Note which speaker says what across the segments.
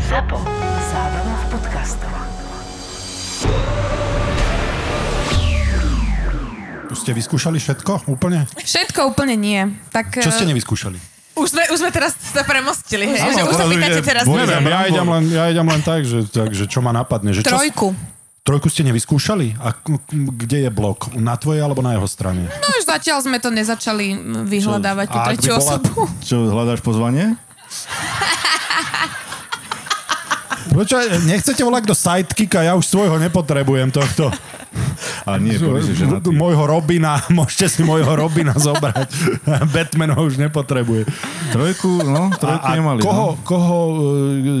Speaker 1: ZAPO. Zábrná v podcastov.
Speaker 2: Ste vyskúšali všetko? Úplne?
Speaker 3: Všetko úplne nie. Tak,
Speaker 2: Čo ste
Speaker 3: eh,
Speaker 2: nevyskúšali?
Speaker 3: už, sme, už sme teraz sa premostili, hej? Že už sa pýtate teraz
Speaker 2: Boli, neviem, ja idem, len, ja idem len tak, že, tak, že čo ma napadne. Že čo,
Speaker 3: trojku.
Speaker 2: trojku ste nevyskúšali? A k- k- kde je blok? Na tvojej alebo na jeho strane?
Speaker 3: No už zatiaľ sme to nezačali vyhľadávať
Speaker 2: A
Speaker 3: tú
Speaker 2: ak by
Speaker 3: tretiu
Speaker 2: bola-
Speaker 3: osobu.
Speaker 4: Čo, hľadáš pozvanie?
Speaker 2: Prečo nechcete volať do sidekicka? Ja už svojho nepotrebujem tohto.
Speaker 4: Ale nie, Boris je ženatý.
Speaker 2: Mojho Robina, môžete si mojho Robina zobrať. Batman ho už nepotrebuje.
Speaker 4: Trojku, no, trojku
Speaker 2: A, a
Speaker 4: nemali.
Speaker 2: koho,
Speaker 4: No.
Speaker 2: koho,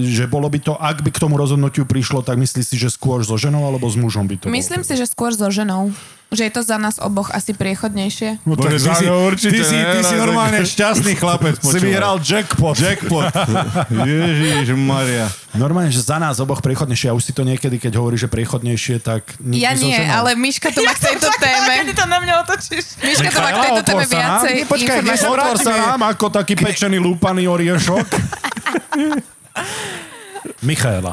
Speaker 2: e, že bolo by to, ak by k tomu rozhodnutiu prišlo, tak myslíš si, že skôr so ženou alebo s mužom by to
Speaker 3: Myslím
Speaker 2: bolo?
Speaker 3: si, že skôr so ženou. Že je to za nás oboch asi priechodnejšie.
Speaker 2: No, tak
Speaker 4: Bože, za mňa určite,
Speaker 2: ty si,
Speaker 4: ne?
Speaker 2: ty si
Speaker 4: No, tak-
Speaker 2: normálne šťastný chlapec.
Speaker 4: Si vyhral
Speaker 2: jackpot.
Speaker 4: Jackpot. Ježiš, Maria.
Speaker 2: Normálne, že za nás oboch prechodnejšie. Ja už si to niekedy, keď hovorí, že prechodnejšie, tak... nikdy
Speaker 3: Ja
Speaker 2: so
Speaker 3: nie,
Speaker 2: ženou.
Speaker 3: ale Miška to má k tejto téme.
Speaker 5: to na mňa otočíš.
Speaker 3: Miška to má k
Speaker 2: Michaela,
Speaker 3: tejto téme
Speaker 2: otvor sa nám.
Speaker 3: viacej
Speaker 2: Počkaj,
Speaker 3: informácií.
Speaker 2: otvor sa nám ako taký pečený lúpaný oriešok. Michaela.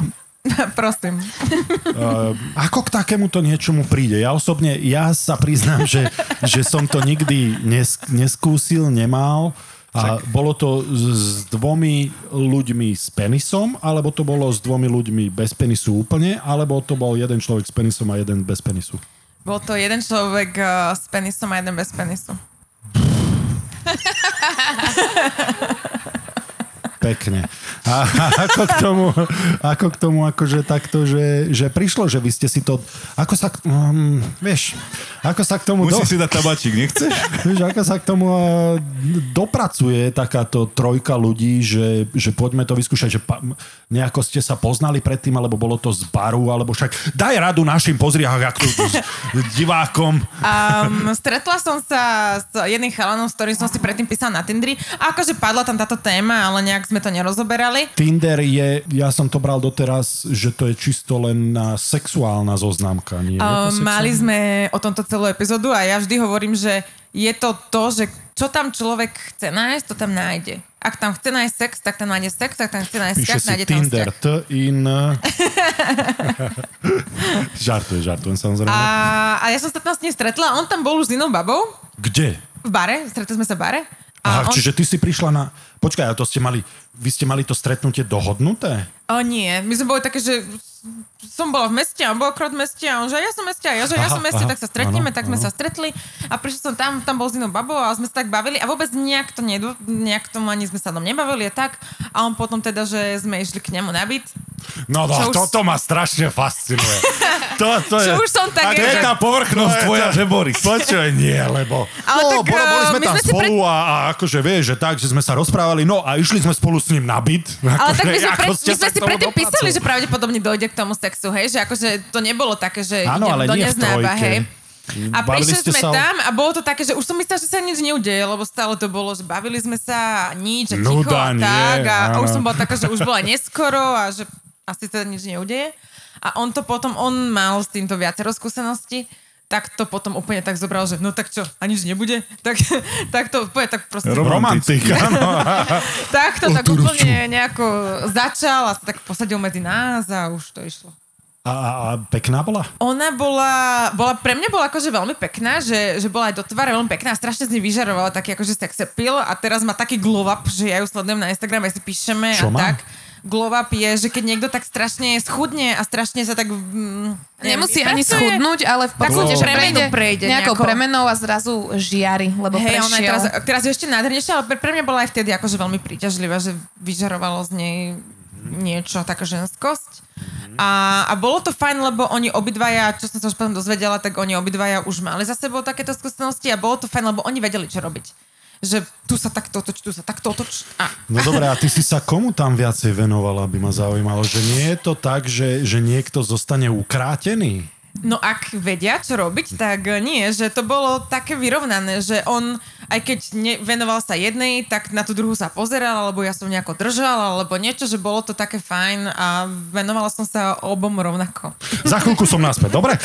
Speaker 5: Prosím.
Speaker 2: Eh, Ako k takémuto niečomu príde? Ja osobne, ja sa priznám, že, že som to nikdy nes, neskúsil, nemal. A bolo to s, s dvomi ľuďmi s penisom, alebo to bolo s dvomi ľuďmi bez penisu úplne, alebo to bol jeden človek s penisom a jeden bez penisu?
Speaker 5: Bol to jeden človek
Speaker 3: eh,
Speaker 5: uh, s penisom a jeden bez penisu.
Speaker 2: Pekne. A, a ako k tomu, ako k tomu akože takto, že, že prišlo, že vy ste si to, ako sa, k- um, vieš, ako sa k tomu...
Speaker 4: Musíš si dať tabačík, nechceš?
Speaker 2: Vieš, ako sa k tomu eh, dopracuje takáto trojka ľudí, že, že poďme to vyskúšať, že pa, nejako ste sa poznali predtým, alebo bolo to z baru, alebo však daj radu našim pozriach, ak tu s divákom.
Speaker 5: Um, stretla som sa s jedným chalanom, s ktorým som si predtým písala na Tindri. A akože padla tam táto téma, ale nejak sme to nerozoberali.
Speaker 2: Tinder je, ja som to bral doteraz, že to je čisto len na sexuálna zoznamka. Nie?
Speaker 5: Um,
Speaker 2: Je to
Speaker 5: mali sme o tomto celú epizódu a ja vždy hovorím, že je to to, že čo tam človek chce nájsť, to tam nájde. Ak tam chce nájsť sex, tak tam nájde sex, ak tam chce nájsť
Speaker 2: Píše
Speaker 5: sex,
Speaker 2: si
Speaker 5: nájde tam sex.
Speaker 2: Tinder, t in... žartujem, žartujem
Speaker 5: A,
Speaker 2: samozrejme.
Speaker 5: a ja som sa tam s ním stretla, on tam bol už s inou babou
Speaker 2: Kde?
Speaker 5: v bare, stretli sme sa v bare.
Speaker 2: Aha,
Speaker 5: on,
Speaker 2: čiže ty si prišla na... Počkaj, a to ste mali... Vy ste mali to stretnutie dohodnuté?
Speaker 5: O nie, my sme boli také, že som bola v meste a on bol akorát v meste a on že ja som v meste a ja že ja
Speaker 2: Aha,
Speaker 5: som v meste,
Speaker 2: aha,
Speaker 5: tak sa stretneme,
Speaker 2: áno,
Speaker 5: tak sme
Speaker 2: áno.
Speaker 5: sa stretli a prišla som tam, tam bol s inou babou a sme sa tak bavili a vôbec nejak to nedo, nejak tomu ani sme sa tam nebavili a tak a on potom teda, že sme išli k nemu na byt.
Speaker 2: No, no
Speaker 5: Čo už-
Speaker 2: toto ma strašne fascinuje. to, to je,
Speaker 5: Čo už som
Speaker 2: a
Speaker 5: tak-
Speaker 2: to je tá povrchnosť
Speaker 4: To je
Speaker 2: tvoja,
Speaker 4: tá-
Speaker 2: že Boris. Počuj, nie, lebo...
Speaker 5: Ale
Speaker 2: no,
Speaker 5: tak,
Speaker 2: bolo, boli
Speaker 5: eh,
Speaker 2: sme
Speaker 5: my
Speaker 2: tam
Speaker 5: sme si
Speaker 2: spolu a, a akože vieš, že tak, že sme sa rozprávali, no a išli sme spolu s ním na byt.
Speaker 5: Ale
Speaker 2: Akože,
Speaker 5: tak my sme,
Speaker 2: ako
Speaker 5: pre,
Speaker 2: ste
Speaker 5: my sme
Speaker 2: sa k
Speaker 5: si
Speaker 2: tomu
Speaker 5: predtým
Speaker 2: dopracovali?
Speaker 5: písali, že pravdepodobne dojde k tomu sexu, hej, že akože to nebolo také, že
Speaker 2: Áno,
Speaker 5: idem
Speaker 2: ale
Speaker 5: do
Speaker 2: nie v
Speaker 5: neznáma,
Speaker 2: trojke.
Speaker 5: hej. A
Speaker 2: Bavili
Speaker 5: prišli
Speaker 2: ste
Speaker 5: sme
Speaker 2: sa o-
Speaker 5: tam a bolo to také, že už som myslela, že sa nič neudeje, lebo stále to bolo, že bavili sme sa a nič a
Speaker 2: No
Speaker 5: ticho
Speaker 2: dá,
Speaker 5: a
Speaker 2: nie,
Speaker 5: tak a, a už
Speaker 2: áno.
Speaker 5: som bola taká, že už bola neskoro a že asi sa nič neudeje. A on to potom, on mal s týmto viacero skúseností, tak to potom úplne tak zobral, že no tak čo, a nič nebude? Tak, tak to úplne tak proste
Speaker 2: Romantik, áno.
Speaker 5: tak to tak
Speaker 2: Arturo,
Speaker 5: úplne nejako začal a sa tak posadil medzi nás a už to išlo.
Speaker 2: A, a, a pekná bola?
Speaker 5: Ona bola, bola pre mňa bola akože veľmi pekná, že, že bola aj do tváre veľmi pekná a strašne z nej vyžarovala taký akože sex appeal a teraz má taký glow up, že ja ju sledujem na Instagrame, si píšeme
Speaker 2: Čo
Speaker 5: a
Speaker 2: má?
Speaker 5: tak. Glow up je, že keď niekto tak strašne schudne a strašne sa tak... Mm, neviem,
Speaker 3: Nemusí ani
Speaker 5: vypracuje.
Speaker 3: schudnúť, ale v podstate
Speaker 5: určite
Speaker 3: prejde,
Speaker 5: premenu prejde
Speaker 3: nejakou
Speaker 5: nejako.
Speaker 3: premenou a zrazu žiari, lebo
Speaker 5: Hej, ona
Speaker 3: prešiel.
Speaker 5: je teraz, teraz je ešte nádhernejšia, ale pre, pre mňa bola aj vtedy akože veľmi príťažlivá, že vyžarovalo z nej niečo, taká ženskosť. A, a bolo to fajn, lebo oni obidvaja, čo som sa už potom dozvedela, tak oni obidvaja už mali za sebou takéto skúsenosti a bolo to fajn, lebo oni vedeli, čo robiť. Že tu sa takto otoč, tu sa takto otoč. A
Speaker 2: No dobré, a ty si sa komu tam viacej venovala, by ma zaujímalo, že nie je to tak, že, že niekto zostane ukrátený?
Speaker 5: No ak vedia, čo robiť, tak e, nie, že to bolo také vyrovnané, že on, aj keď ne- venoval sa jednej, tak na tú druhú sa pozeral, alebo ja som nejako držal, alebo niečo, že bolo to také fajn a venovala som sa obom rovnako.
Speaker 2: Za chvíľku som naspäť, dobre?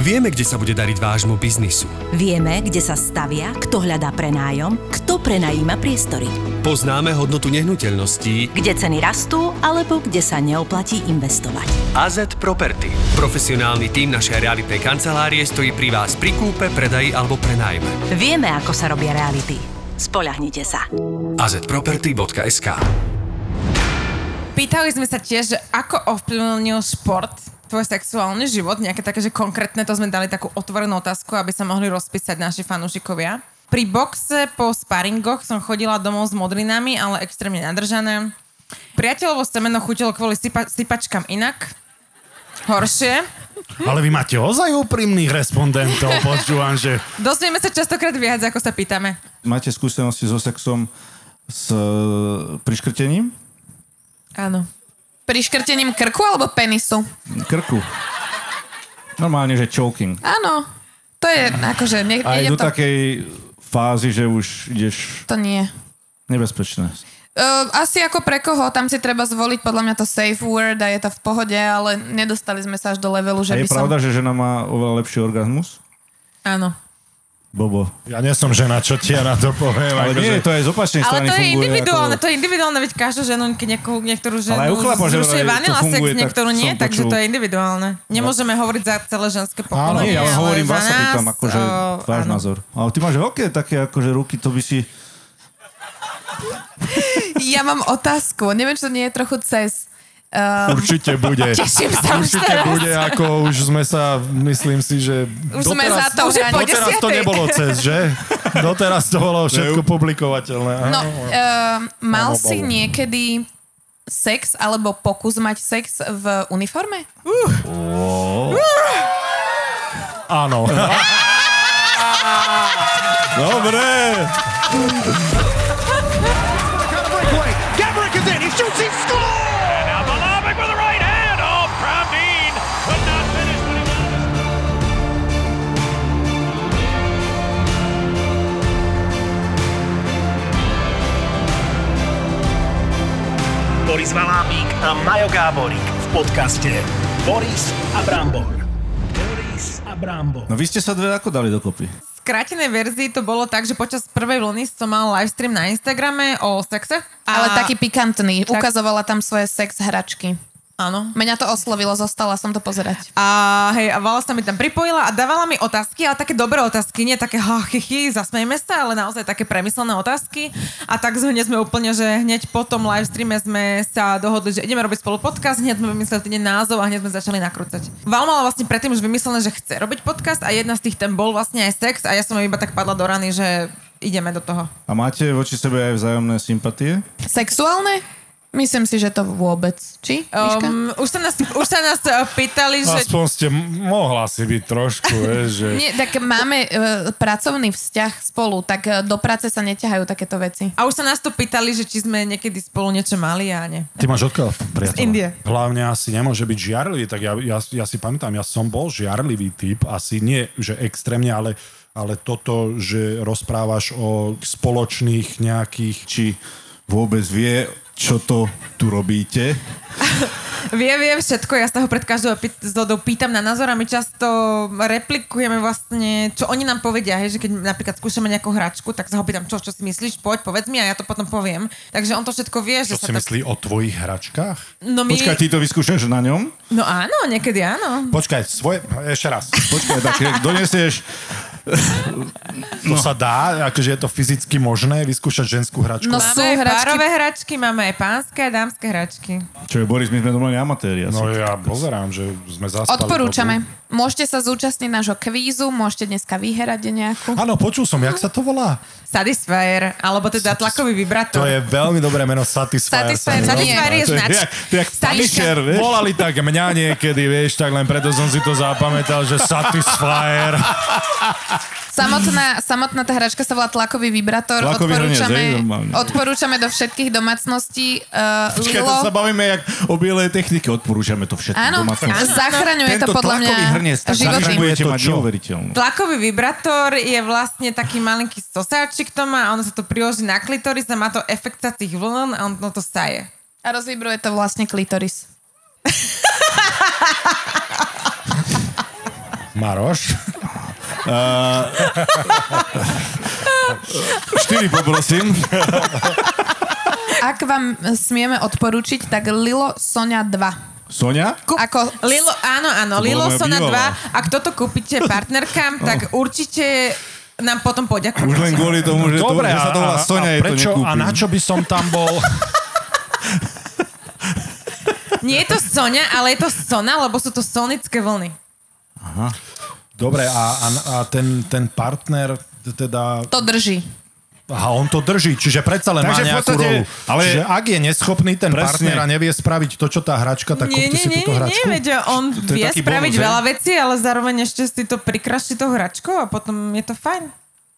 Speaker 6: Vieme, kde sa bude dariť vášmu biznisu.
Speaker 7: Vieme, kde sa stavia, kto hľadá prenájom, kto prenajíma priestory,
Speaker 6: Poznáme hodnotu nehnuteľností
Speaker 7: kde ceny rastú alebo kde sa neoplatí investovať.
Speaker 6: AZ Property. Profesionálny tím našej realitnej kancelárie stojí pri vás pri kúpe, predaji alebo prenajme.
Speaker 7: Vieme, ako sa robia reality. Spolahnite sa.
Speaker 6: azproperty.sk
Speaker 5: Pýtali sme sa tiež, že ako ovplyvnil šport tvoj sexuálny život, nejaké také, že konkrétne to sme dali takú otvorenú otázku, aby sa mohli rozpísať naši fanúšikovia. Pri boxe po sparingoch som chodila domov s modrinami, ale extrémne nadržané. Priateľovo semeno chutilo kvôli sypa- sypačkám inak. Horšie.
Speaker 2: Ale vy máte ozaj úprimných respondentov, počúvam, že...
Speaker 5: Dozvieme sa častokrát viac, ako sa pýtame.
Speaker 4: Máte skúsenosti so sexom s e, priškrtením?
Speaker 5: Áno.
Speaker 3: Pri škrtením krku alebo penisu?
Speaker 4: Krku. Normálne, že choking.
Speaker 3: Áno. To je akože, ne,
Speaker 4: Aj
Speaker 3: nejdem
Speaker 4: do
Speaker 3: to,
Speaker 4: takej fázy, že už ideš
Speaker 3: to nie.
Speaker 4: nebezpečné.
Speaker 3: Uh, asi ako pre koho, tam si treba zvoliť podľa mňa to safe word a je to v pohode, ale nedostali sme sa až do levelu, že
Speaker 4: A
Speaker 3: by
Speaker 4: je
Speaker 3: som...
Speaker 4: pravda, že žena má oveľa lepší orgazmus?
Speaker 5: Áno.
Speaker 4: Bobo.
Speaker 2: Ja nie som žena, čo ti ja na to poviem.
Speaker 4: Ale
Speaker 2: akože-
Speaker 4: nie, to aj z opačnej
Speaker 5: Ale
Speaker 4: strany
Speaker 5: to je
Speaker 4: funguje
Speaker 5: individuálne,
Speaker 4: Ako...
Speaker 5: to je individuálne, veď každú ženu, ke- nejakú, niektorú ženu
Speaker 4: Ale aj u chlapov, že
Speaker 5: zrušuje
Speaker 4: vraj to
Speaker 5: vanila sex,
Speaker 4: funguje, tak
Speaker 5: niektorú nie,
Speaker 4: som
Speaker 5: takže
Speaker 4: počul.
Speaker 5: to je individuálne. Nemôžeme hovoriť za celé ženské
Speaker 4: Áno,
Speaker 5: pokolenie,
Speaker 4: ja len hovorím,
Speaker 5: za
Speaker 4: vás sa pýtam,
Speaker 5: nás,
Speaker 4: akože
Speaker 5: o,
Speaker 4: váš
Speaker 5: áno.
Speaker 4: názor. Ale ty máš veľké také akože ruky, to by si...
Speaker 3: Ja mám otázku, neviem, čo to nie je trochu cez... Uh,
Speaker 2: Určite bude.
Speaker 3: teším sa už
Speaker 2: Určite
Speaker 3: teraz.
Speaker 2: bude, ako už sme sa, myslím si, že...
Speaker 3: Už sme za to
Speaker 5: už je po
Speaker 2: doteraz to
Speaker 5: desiatej.
Speaker 2: nebolo cez, že? Doteraz to bolo všetko publikovateľné. áno.
Speaker 3: No, uh, mal
Speaker 2: Mám obavu.
Speaker 3: si niekedy sex alebo pokus mať sex v uniforme?
Speaker 2: Áno.
Speaker 4: Dobre!
Speaker 8: Now Balabic with the right hand. Oh, Pravdeen could not finish when he was
Speaker 9: Boris Valábík a Majo Gáborík v podcaste Boris a Brambor. Boris a Brambor.
Speaker 4: No vy ste sa dve ako dali dokopy?
Speaker 5: V skrátenej verzii to bolo tak, že počas prvej vlny som mal livestream na Instagrame o sexe. A,
Speaker 3: Ale taký pikantný.
Speaker 5: Tak-
Speaker 3: Ukazovala tam svoje sex hračky.
Speaker 5: Áno.
Speaker 3: Mňa to oslovilo, zostala som to pozerať.
Speaker 5: A hej, a Vala sa mi tam pripojila a dávala mi otázky, ale také dobré otázky, nie také ha, chichy, zasmejme sa, ale naozaj také premyslené otázky. A tak hneď sme úplne, že hneď po tom livestreame sme sa dohodli, že ideme robiť spolu podcast, hneď sme vymysleli ten názov a hneď sme začali nakrúcať. Val mala vlastne predtým už vymyslené, že chce robiť podcast a jedna z tých tém bol vlastne aj sex a ja som jej iba tak padla do rany, že ideme do toho.
Speaker 4: A máte voči sebe aj vzájomné sympatie?
Speaker 3: Sexuálne? Myslím si, že to vôbec. Či, Miška?
Speaker 5: Um, už, sa nás, už sa nás eh, pýtali, že...
Speaker 2: Aspoň ste m- mohla si byť trošku, vieš, že...
Speaker 3: Nie, tak máme e, pracovný vzťah spolu, tak e, do práce sa neťahajú takéto veci.
Speaker 5: A už sa nás to pýtali, že či sme niekedy spolu niečo mali a nie.
Speaker 2: Ty máš odkiaľ priateľa?
Speaker 5: Z Indie.
Speaker 2: Hlavne asi nemôže byť žiarlivý, tak ja, ja, ja si pamätám, ja som bol žiarlivý typ, asi nie, že extrémne, ale, ale toto, že rozprávaš o spoločných nejakých...
Speaker 4: Či vôbec vie, čo to tu robíte?
Speaker 5: Vie, vie všetko, ja sa ho pred každou epizódou pýtam na názor a my často replikujeme vlastne, čo oni nám povedia, hej, že keď napríklad skúšame nejakú hračku, tak sa ho pýtam, čo, čo si myslíš, poď, povedz mi a ja to potom poviem. Takže on to všetko vie, že
Speaker 2: Čo
Speaker 5: sa
Speaker 2: si
Speaker 5: to...
Speaker 2: myslí o tvojich hračkách?
Speaker 5: No my...
Speaker 4: Počkaj, ty to vyskúšaš na ňom?
Speaker 5: No áno, niekedy áno.
Speaker 2: Počkaj, svoje... Ešte raz.
Speaker 4: Počkaj, tak keď donesieš...
Speaker 2: To sa dá, akože je to fyzicky možné vyskúšať ženskú hračku.
Speaker 3: No
Speaker 5: Máme
Speaker 3: sú
Speaker 5: aj
Speaker 3: hračky...
Speaker 5: párové hračky, máme aj pánske a dámske hračky.
Speaker 4: Čo je, Boris, my sme normálne amatéri asi.
Speaker 2: No ja pozerám, že sme zaspali.
Speaker 3: Odporúčame. Môžete sa zúčastniť nášho kvízu, môžete dneska vyherať nejakú.
Speaker 2: Áno, počul som, jak sa to volá?
Speaker 5: Satisfyer, alebo teda tlakový
Speaker 2: To
Speaker 5: vibrátor.
Speaker 2: je veľmi dobré meno, Satisfyer. sa
Speaker 3: Satisfyer,
Speaker 2: mi
Speaker 3: nie.
Speaker 5: Satisfyer je
Speaker 2: To
Speaker 5: značka.
Speaker 2: jak- to jak
Speaker 5: Staniška.
Speaker 2: Punisher, vieš? Volali tak mňa niekedy, vieš, tak len preto som si to zapamätal, že Satisfyer.
Speaker 3: Samotná, samotná tá hračka sa volá tlakový vibrátor.
Speaker 4: Tlakový
Speaker 3: odporúčame,
Speaker 4: hrniec, hej, normálne.
Speaker 3: odporúčame do všetkých domácností. Uh,
Speaker 4: Počkaj, to
Speaker 3: Lilo,
Speaker 4: sa bavíme jak o bielej technike. Odporúčame to všetko.
Speaker 3: áno,
Speaker 4: domácnosti.
Speaker 3: zachraňuje to
Speaker 4: Tento
Speaker 3: podľa mňa
Speaker 4: tlakový hrniec, tak
Speaker 3: životy.
Speaker 2: zachraňuje
Speaker 4: budete
Speaker 2: to
Speaker 4: mať
Speaker 2: čo?
Speaker 4: neuveriteľnú.
Speaker 5: Tlakový vibrátor je vlastne taký malinký sosáčik to má a ono sa to priloží na klitoris a má to efekt sa tých vln a ono to saje.
Speaker 3: A rozvibruje to vlastne klitoris.
Speaker 2: Maroš.
Speaker 4: Štyri poprosím.
Speaker 3: Ak vám e, smieme odporúčiť, tak Lilo Sonia 2.
Speaker 4: Sonia?
Speaker 3: Ako
Speaker 5: Lilo, áno, áno,
Speaker 4: To bola
Speaker 5: Lilo
Speaker 4: moja
Speaker 5: Sona
Speaker 4: bývalá.
Speaker 5: 2. Ak toto kúpite partnerkám, tak určite nám potom
Speaker 4: Už len
Speaker 5: poďakujete.
Speaker 4: kvôli tomu, že,
Speaker 2: Dobre,
Speaker 4: to, že sa to volá
Speaker 2: a, a,
Speaker 4: Sonia,
Speaker 2: a,
Speaker 4: jej
Speaker 2: prečo,
Speaker 4: to
Speaker 2: a
Speaker 4: nekúpim.
Speaker 2: na čo by som tam bol?
Speaker 5: Nie je to Sonia, ale je to Sona, lebo sú to sonické vlny.
Speaker 2: Dobre, a, a, a ten, ten partner teda...
Speaker 3: to drží.
Speaker 2: Aha, on to drží, čiže predsa len
Speaker 4: Takže v
Speaker 2: má nejakú
Speaker 4: podstate-
Speaker 2: rolu.
Speaker 4: ale-
Speaker 2: čiže ak je neschopný ten
Speaker 4: Presne.
Speaker 2: partner a nevie spraviť to, čo tá hračka, tak kúpte
Speaker 5: nie, nie,
Speaker 2: si
Speaker 5: nie,
Speaker 2: túto
Speaker 5: nie,
Speaker 2: hračku.
Speaker 5: nie, veď on
Speaker 4: To je
Speaker 5: vie
Speaker 4: taký
Speaker 5: spraviť
Speaker 4: bonus,
Speaker 5: veľa vecí, ale zároveň ešte si to prikraši tou hračkou a potom je to fajn.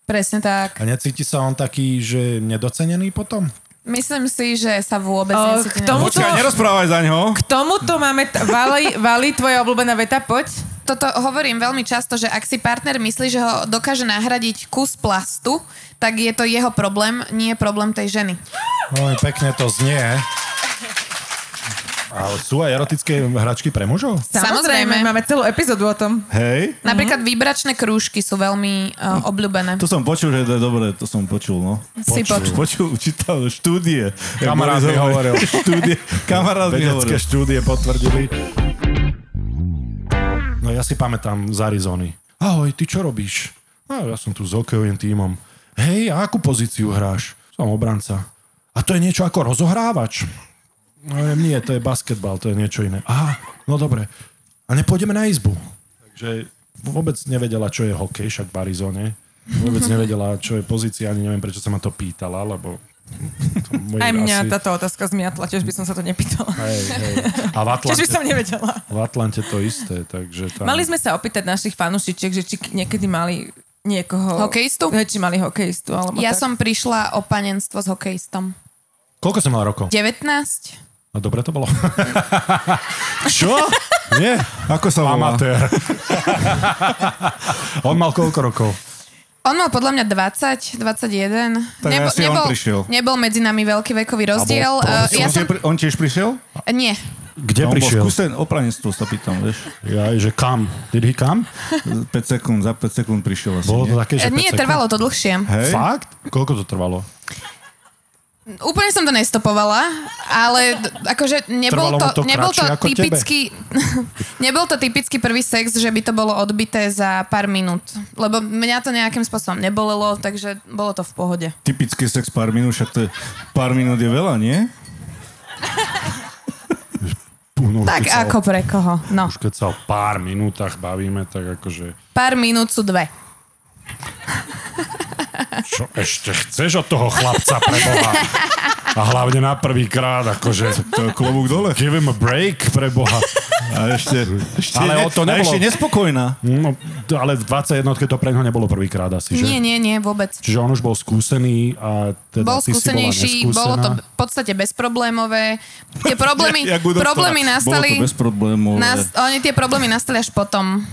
Speaker 3: Presne tak.
Speaker 2: A necíti sa on taký, že nedocenený potom?
Speaker 3: Myslím si, že sa vôbec
Speaker 5: O,
Speaker 3: necíti
Speaker 5: k tomu-
Speaker 3: nejak-
Speaker 4: Počkaj, nerozprávaj za ňo.
Speaker 5: K tomuto máme, t- Vali, Vali, tvoja obľúbená veta, poď.
Speaker 3: Toto hovorím veľmi často, že ak si partner myslí, že ho dokáže nahradiť kus plastu, tak je to jeho problém, nie problém tej ženy.
Speaker 2: Veľmi pekne to znie. Ale sú aj erotické hračky pre mužov?
Speaker 3: Samozrejme.
Speaker 5: Máme celú epizódu o tom.
Speaker 4: Hej.
Speaker 3: Napríklad výbračné krúžky sú veľmi uh, obľúbené.
Speaker 4: To som počul, že to je dobré, to som počul, no.
Speaker 3: Si počul.
Speaker 4: Počul, čítal štúdie.
Speaker 2: Kamarát
Speaker 4: Jak
Speaker 2: mi
Speaker 4: Boris
Speaker 2: hovoril.
Speaker 4: Štúdie, kamarát mi
Speaker 2: Vedecké
Speaker 4: hovoril.
Speaker 2: štúdie potvrdili. No ja si pamätám z Arizony. Ahoj, ty čo robíš? No, ja som tu s hokejovým tímom. Hej, a akú pozíciu hráš? Som obranca. A to je niečo ako rozohrávač? No, hovorím, nie, to je basketbal, to je niečo iné. Aha, no dobre. A nepôjdeme na izbu. Takže vôbec nevedela, čo je hokej, však v Arizone. Vôbec nevedela, čo je pozícia, ani neviem, prečo sa ma to pýtala, lebo... To moje
Speaker 5: Aj mňa
Speaker 2: asi-
Speaker 5: táto otázka zmiatla, tiež by som sa to nepýtala.
Speaker 2: Hej, hej. A v
Speaker 5: Tiež by
Speaker 2: Atlante,
Speaker 5: som nevedela.
Speaker 2: v Atlante to isté, takže tam...
Speaker 5: Mali sme sa opýtať našich fanúšičiek, že či k- niekedy mali niekoho...
Speaker 3: Hokejistu?
Speaker 5: Hej, Či mali hokejistu, alebo
Speaker 3: Ja
Speaker 5: tak.
Speaker 3: som prišla o panenstvo s hokejistom.
Speaker 2: Koľko som mal rokov?
Speaker 3: 19?
Speaker 2: A dobre to bolo.
Speaker 4: Čo? Nie? Ako sa volá?
Speaker 2: Amatér. On mal koľko rokov?
Speaker 3: On mal podľa mňa 20, 21.
Speaker 4: Tak asi on
Speaker 3: nebol,
Speaker 4: prišiel.
Speaker 3: nebol medzi nami veľký vekový rozdiel.
Speaker 2: A bol
Speaker 3: Uh, ja
Speaker 4: on,
Speaker 3: som...
Speaker 4: tie pri- on tiež prišiel?
Speaker 3: Nie.
Speaker 2: Kde
Speaker 4: on
Speaker 2: prišiel?
Speaker 4: bol skúsen opranectvo, sa pýtam, vieš.
Speaker 2: Ja, že kam? Did he come?
Speaker 4: 5 sekúnd, za 5 sekúnd prišiel asi,
Speaker 2: Bolo to
Speaker 4: nie?
Speaker 2: také, že
Speaker 3: Eh, Nie,
Speaker 2: päť sekúnd?
Speaker 3: trvalo to dlhšie.
Speaker 4: Hej?
Speaker 2: Fakt? Koľko to trvalo?
Speaker 3: Úplne som to nestopovala, ale d- akože
Speaker 2: Trvalo
Speaker 3: nebol
Speaker 2: mu
Speaker 3: to,
Speaker 2: to
Speaker 3: nebol to
Speaker 2: kratšie ako
Speaker 3: typický, nebol to typický prvý sex, že by to bolo odbité za pár minút. Lebo mňa to nejakým spôsobom nebolelo, takže bolo to v pohode.
Speaker 4: Typický sex pár minút, však to je, pár minút je veľa, nie?
Speaker 2: Puh, no,
Speaker 3: Tak
Speaker 2: keď sa
Speaker 3: ako
Speaker 2: o-
Speaker 3: pre koho? No.
Speaker 2: Už keď sa o pár minútach bavíme, tak akože...
Speaker 3: Pár minút sú dve.
Speaker 2: Čo ešte chceš od toho chlapca preboha? A hlavne na prvý krát, akože...
Speaker 4: To je klobúk dole.
Speaker 2: Give him a break, preboha.
Speaker 4: A ešte, ešte,
Speaker 2: Ale
Speaker 4: ne-
Speaker 2: o to
Speaker 4: a
Speaker 2: nebolo.
Speaker 4: ešte nespokojná.
Speaker 2: No, t- ale v 21 to pre neho nebolo prvýkrát asi, že?
Speaker 3: Nie, nie, nie, vôbec.
Speaker 2: Čiže on už bol skúsený a teda
Speaker 3: Bol
Speaker 2: ty si bola
Speaker 3: skúsenejší, bolo to v podstate bezproblémové. Tie problémy,
Speaker 4: Jak u doktora.
Speaker 3: problémy nastali...
Speaker 4: Bolo to bez problémov.
Speaker 3: Nás, oni tie problémy nastali až potom.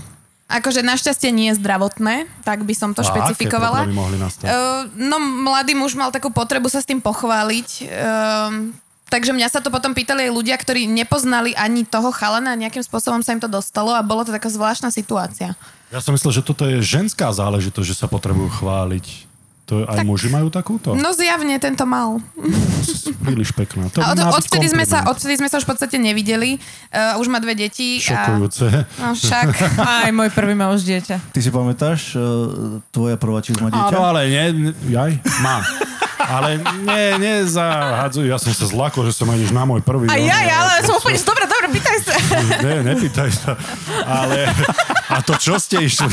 Speaker 3: Akože našťastie nie je zdravotné, tak by som
Speaker 2: A
Speaker 3: to
Speaker 2: aké
Speaker 3: špecifikovala.
Speaker 2: problémy mohli nastať?
Speaker 3: Eh, no, mladý muž mal takú potrebu sa s tým pochváliť. ehm, takže mňa sa to potom pýtali aj ľudia, ktorí nepoznali ani toho chalana, nejakým spôsobom sa im to dostalo a bolo to taká zvláštna situácia.
Speaker 2: Ja som myslel, že toto je ženská záležitosť, že sa potrebujú chváliť. To je, aj muži majú takúto?
Speaker 3: No zjavne tento mal.
Speaker 2: Príliš pekná. To má
Speaker 3: A od,
Speaker 2: byť
Speaker 3: odvtedy, sme sa,
Speaker 2: kompliment.
Speaker 3: odvtedy sme sa už v podstate nevideli. Eh, už má dve deti.
Speaker 2: Šokujúce.
Speaker 3: A, no však.
Speaker 5: Aj môj prvý má už dieťa.
Speaker 4: Ty si pamätáš, e, tvoja prvá čizma
Speaker 2: Áno,
Speaker 4: dieťa?
Speaker 2: No, ale nie, n- jaj, má. Ale nie, nezahadzuj, ja som sa zlakol, že som aj na môj prvý.
Speaker 5: A
Speaker 2: no,
Speaker 5: ja, ja, ale som
Speaker 2: proste-
Speaker 5: úplne... Dobre, dobre, pýtaj sa.
Speaker 2: Ne, nepýtaj sa. Ale, a to čo ste išli?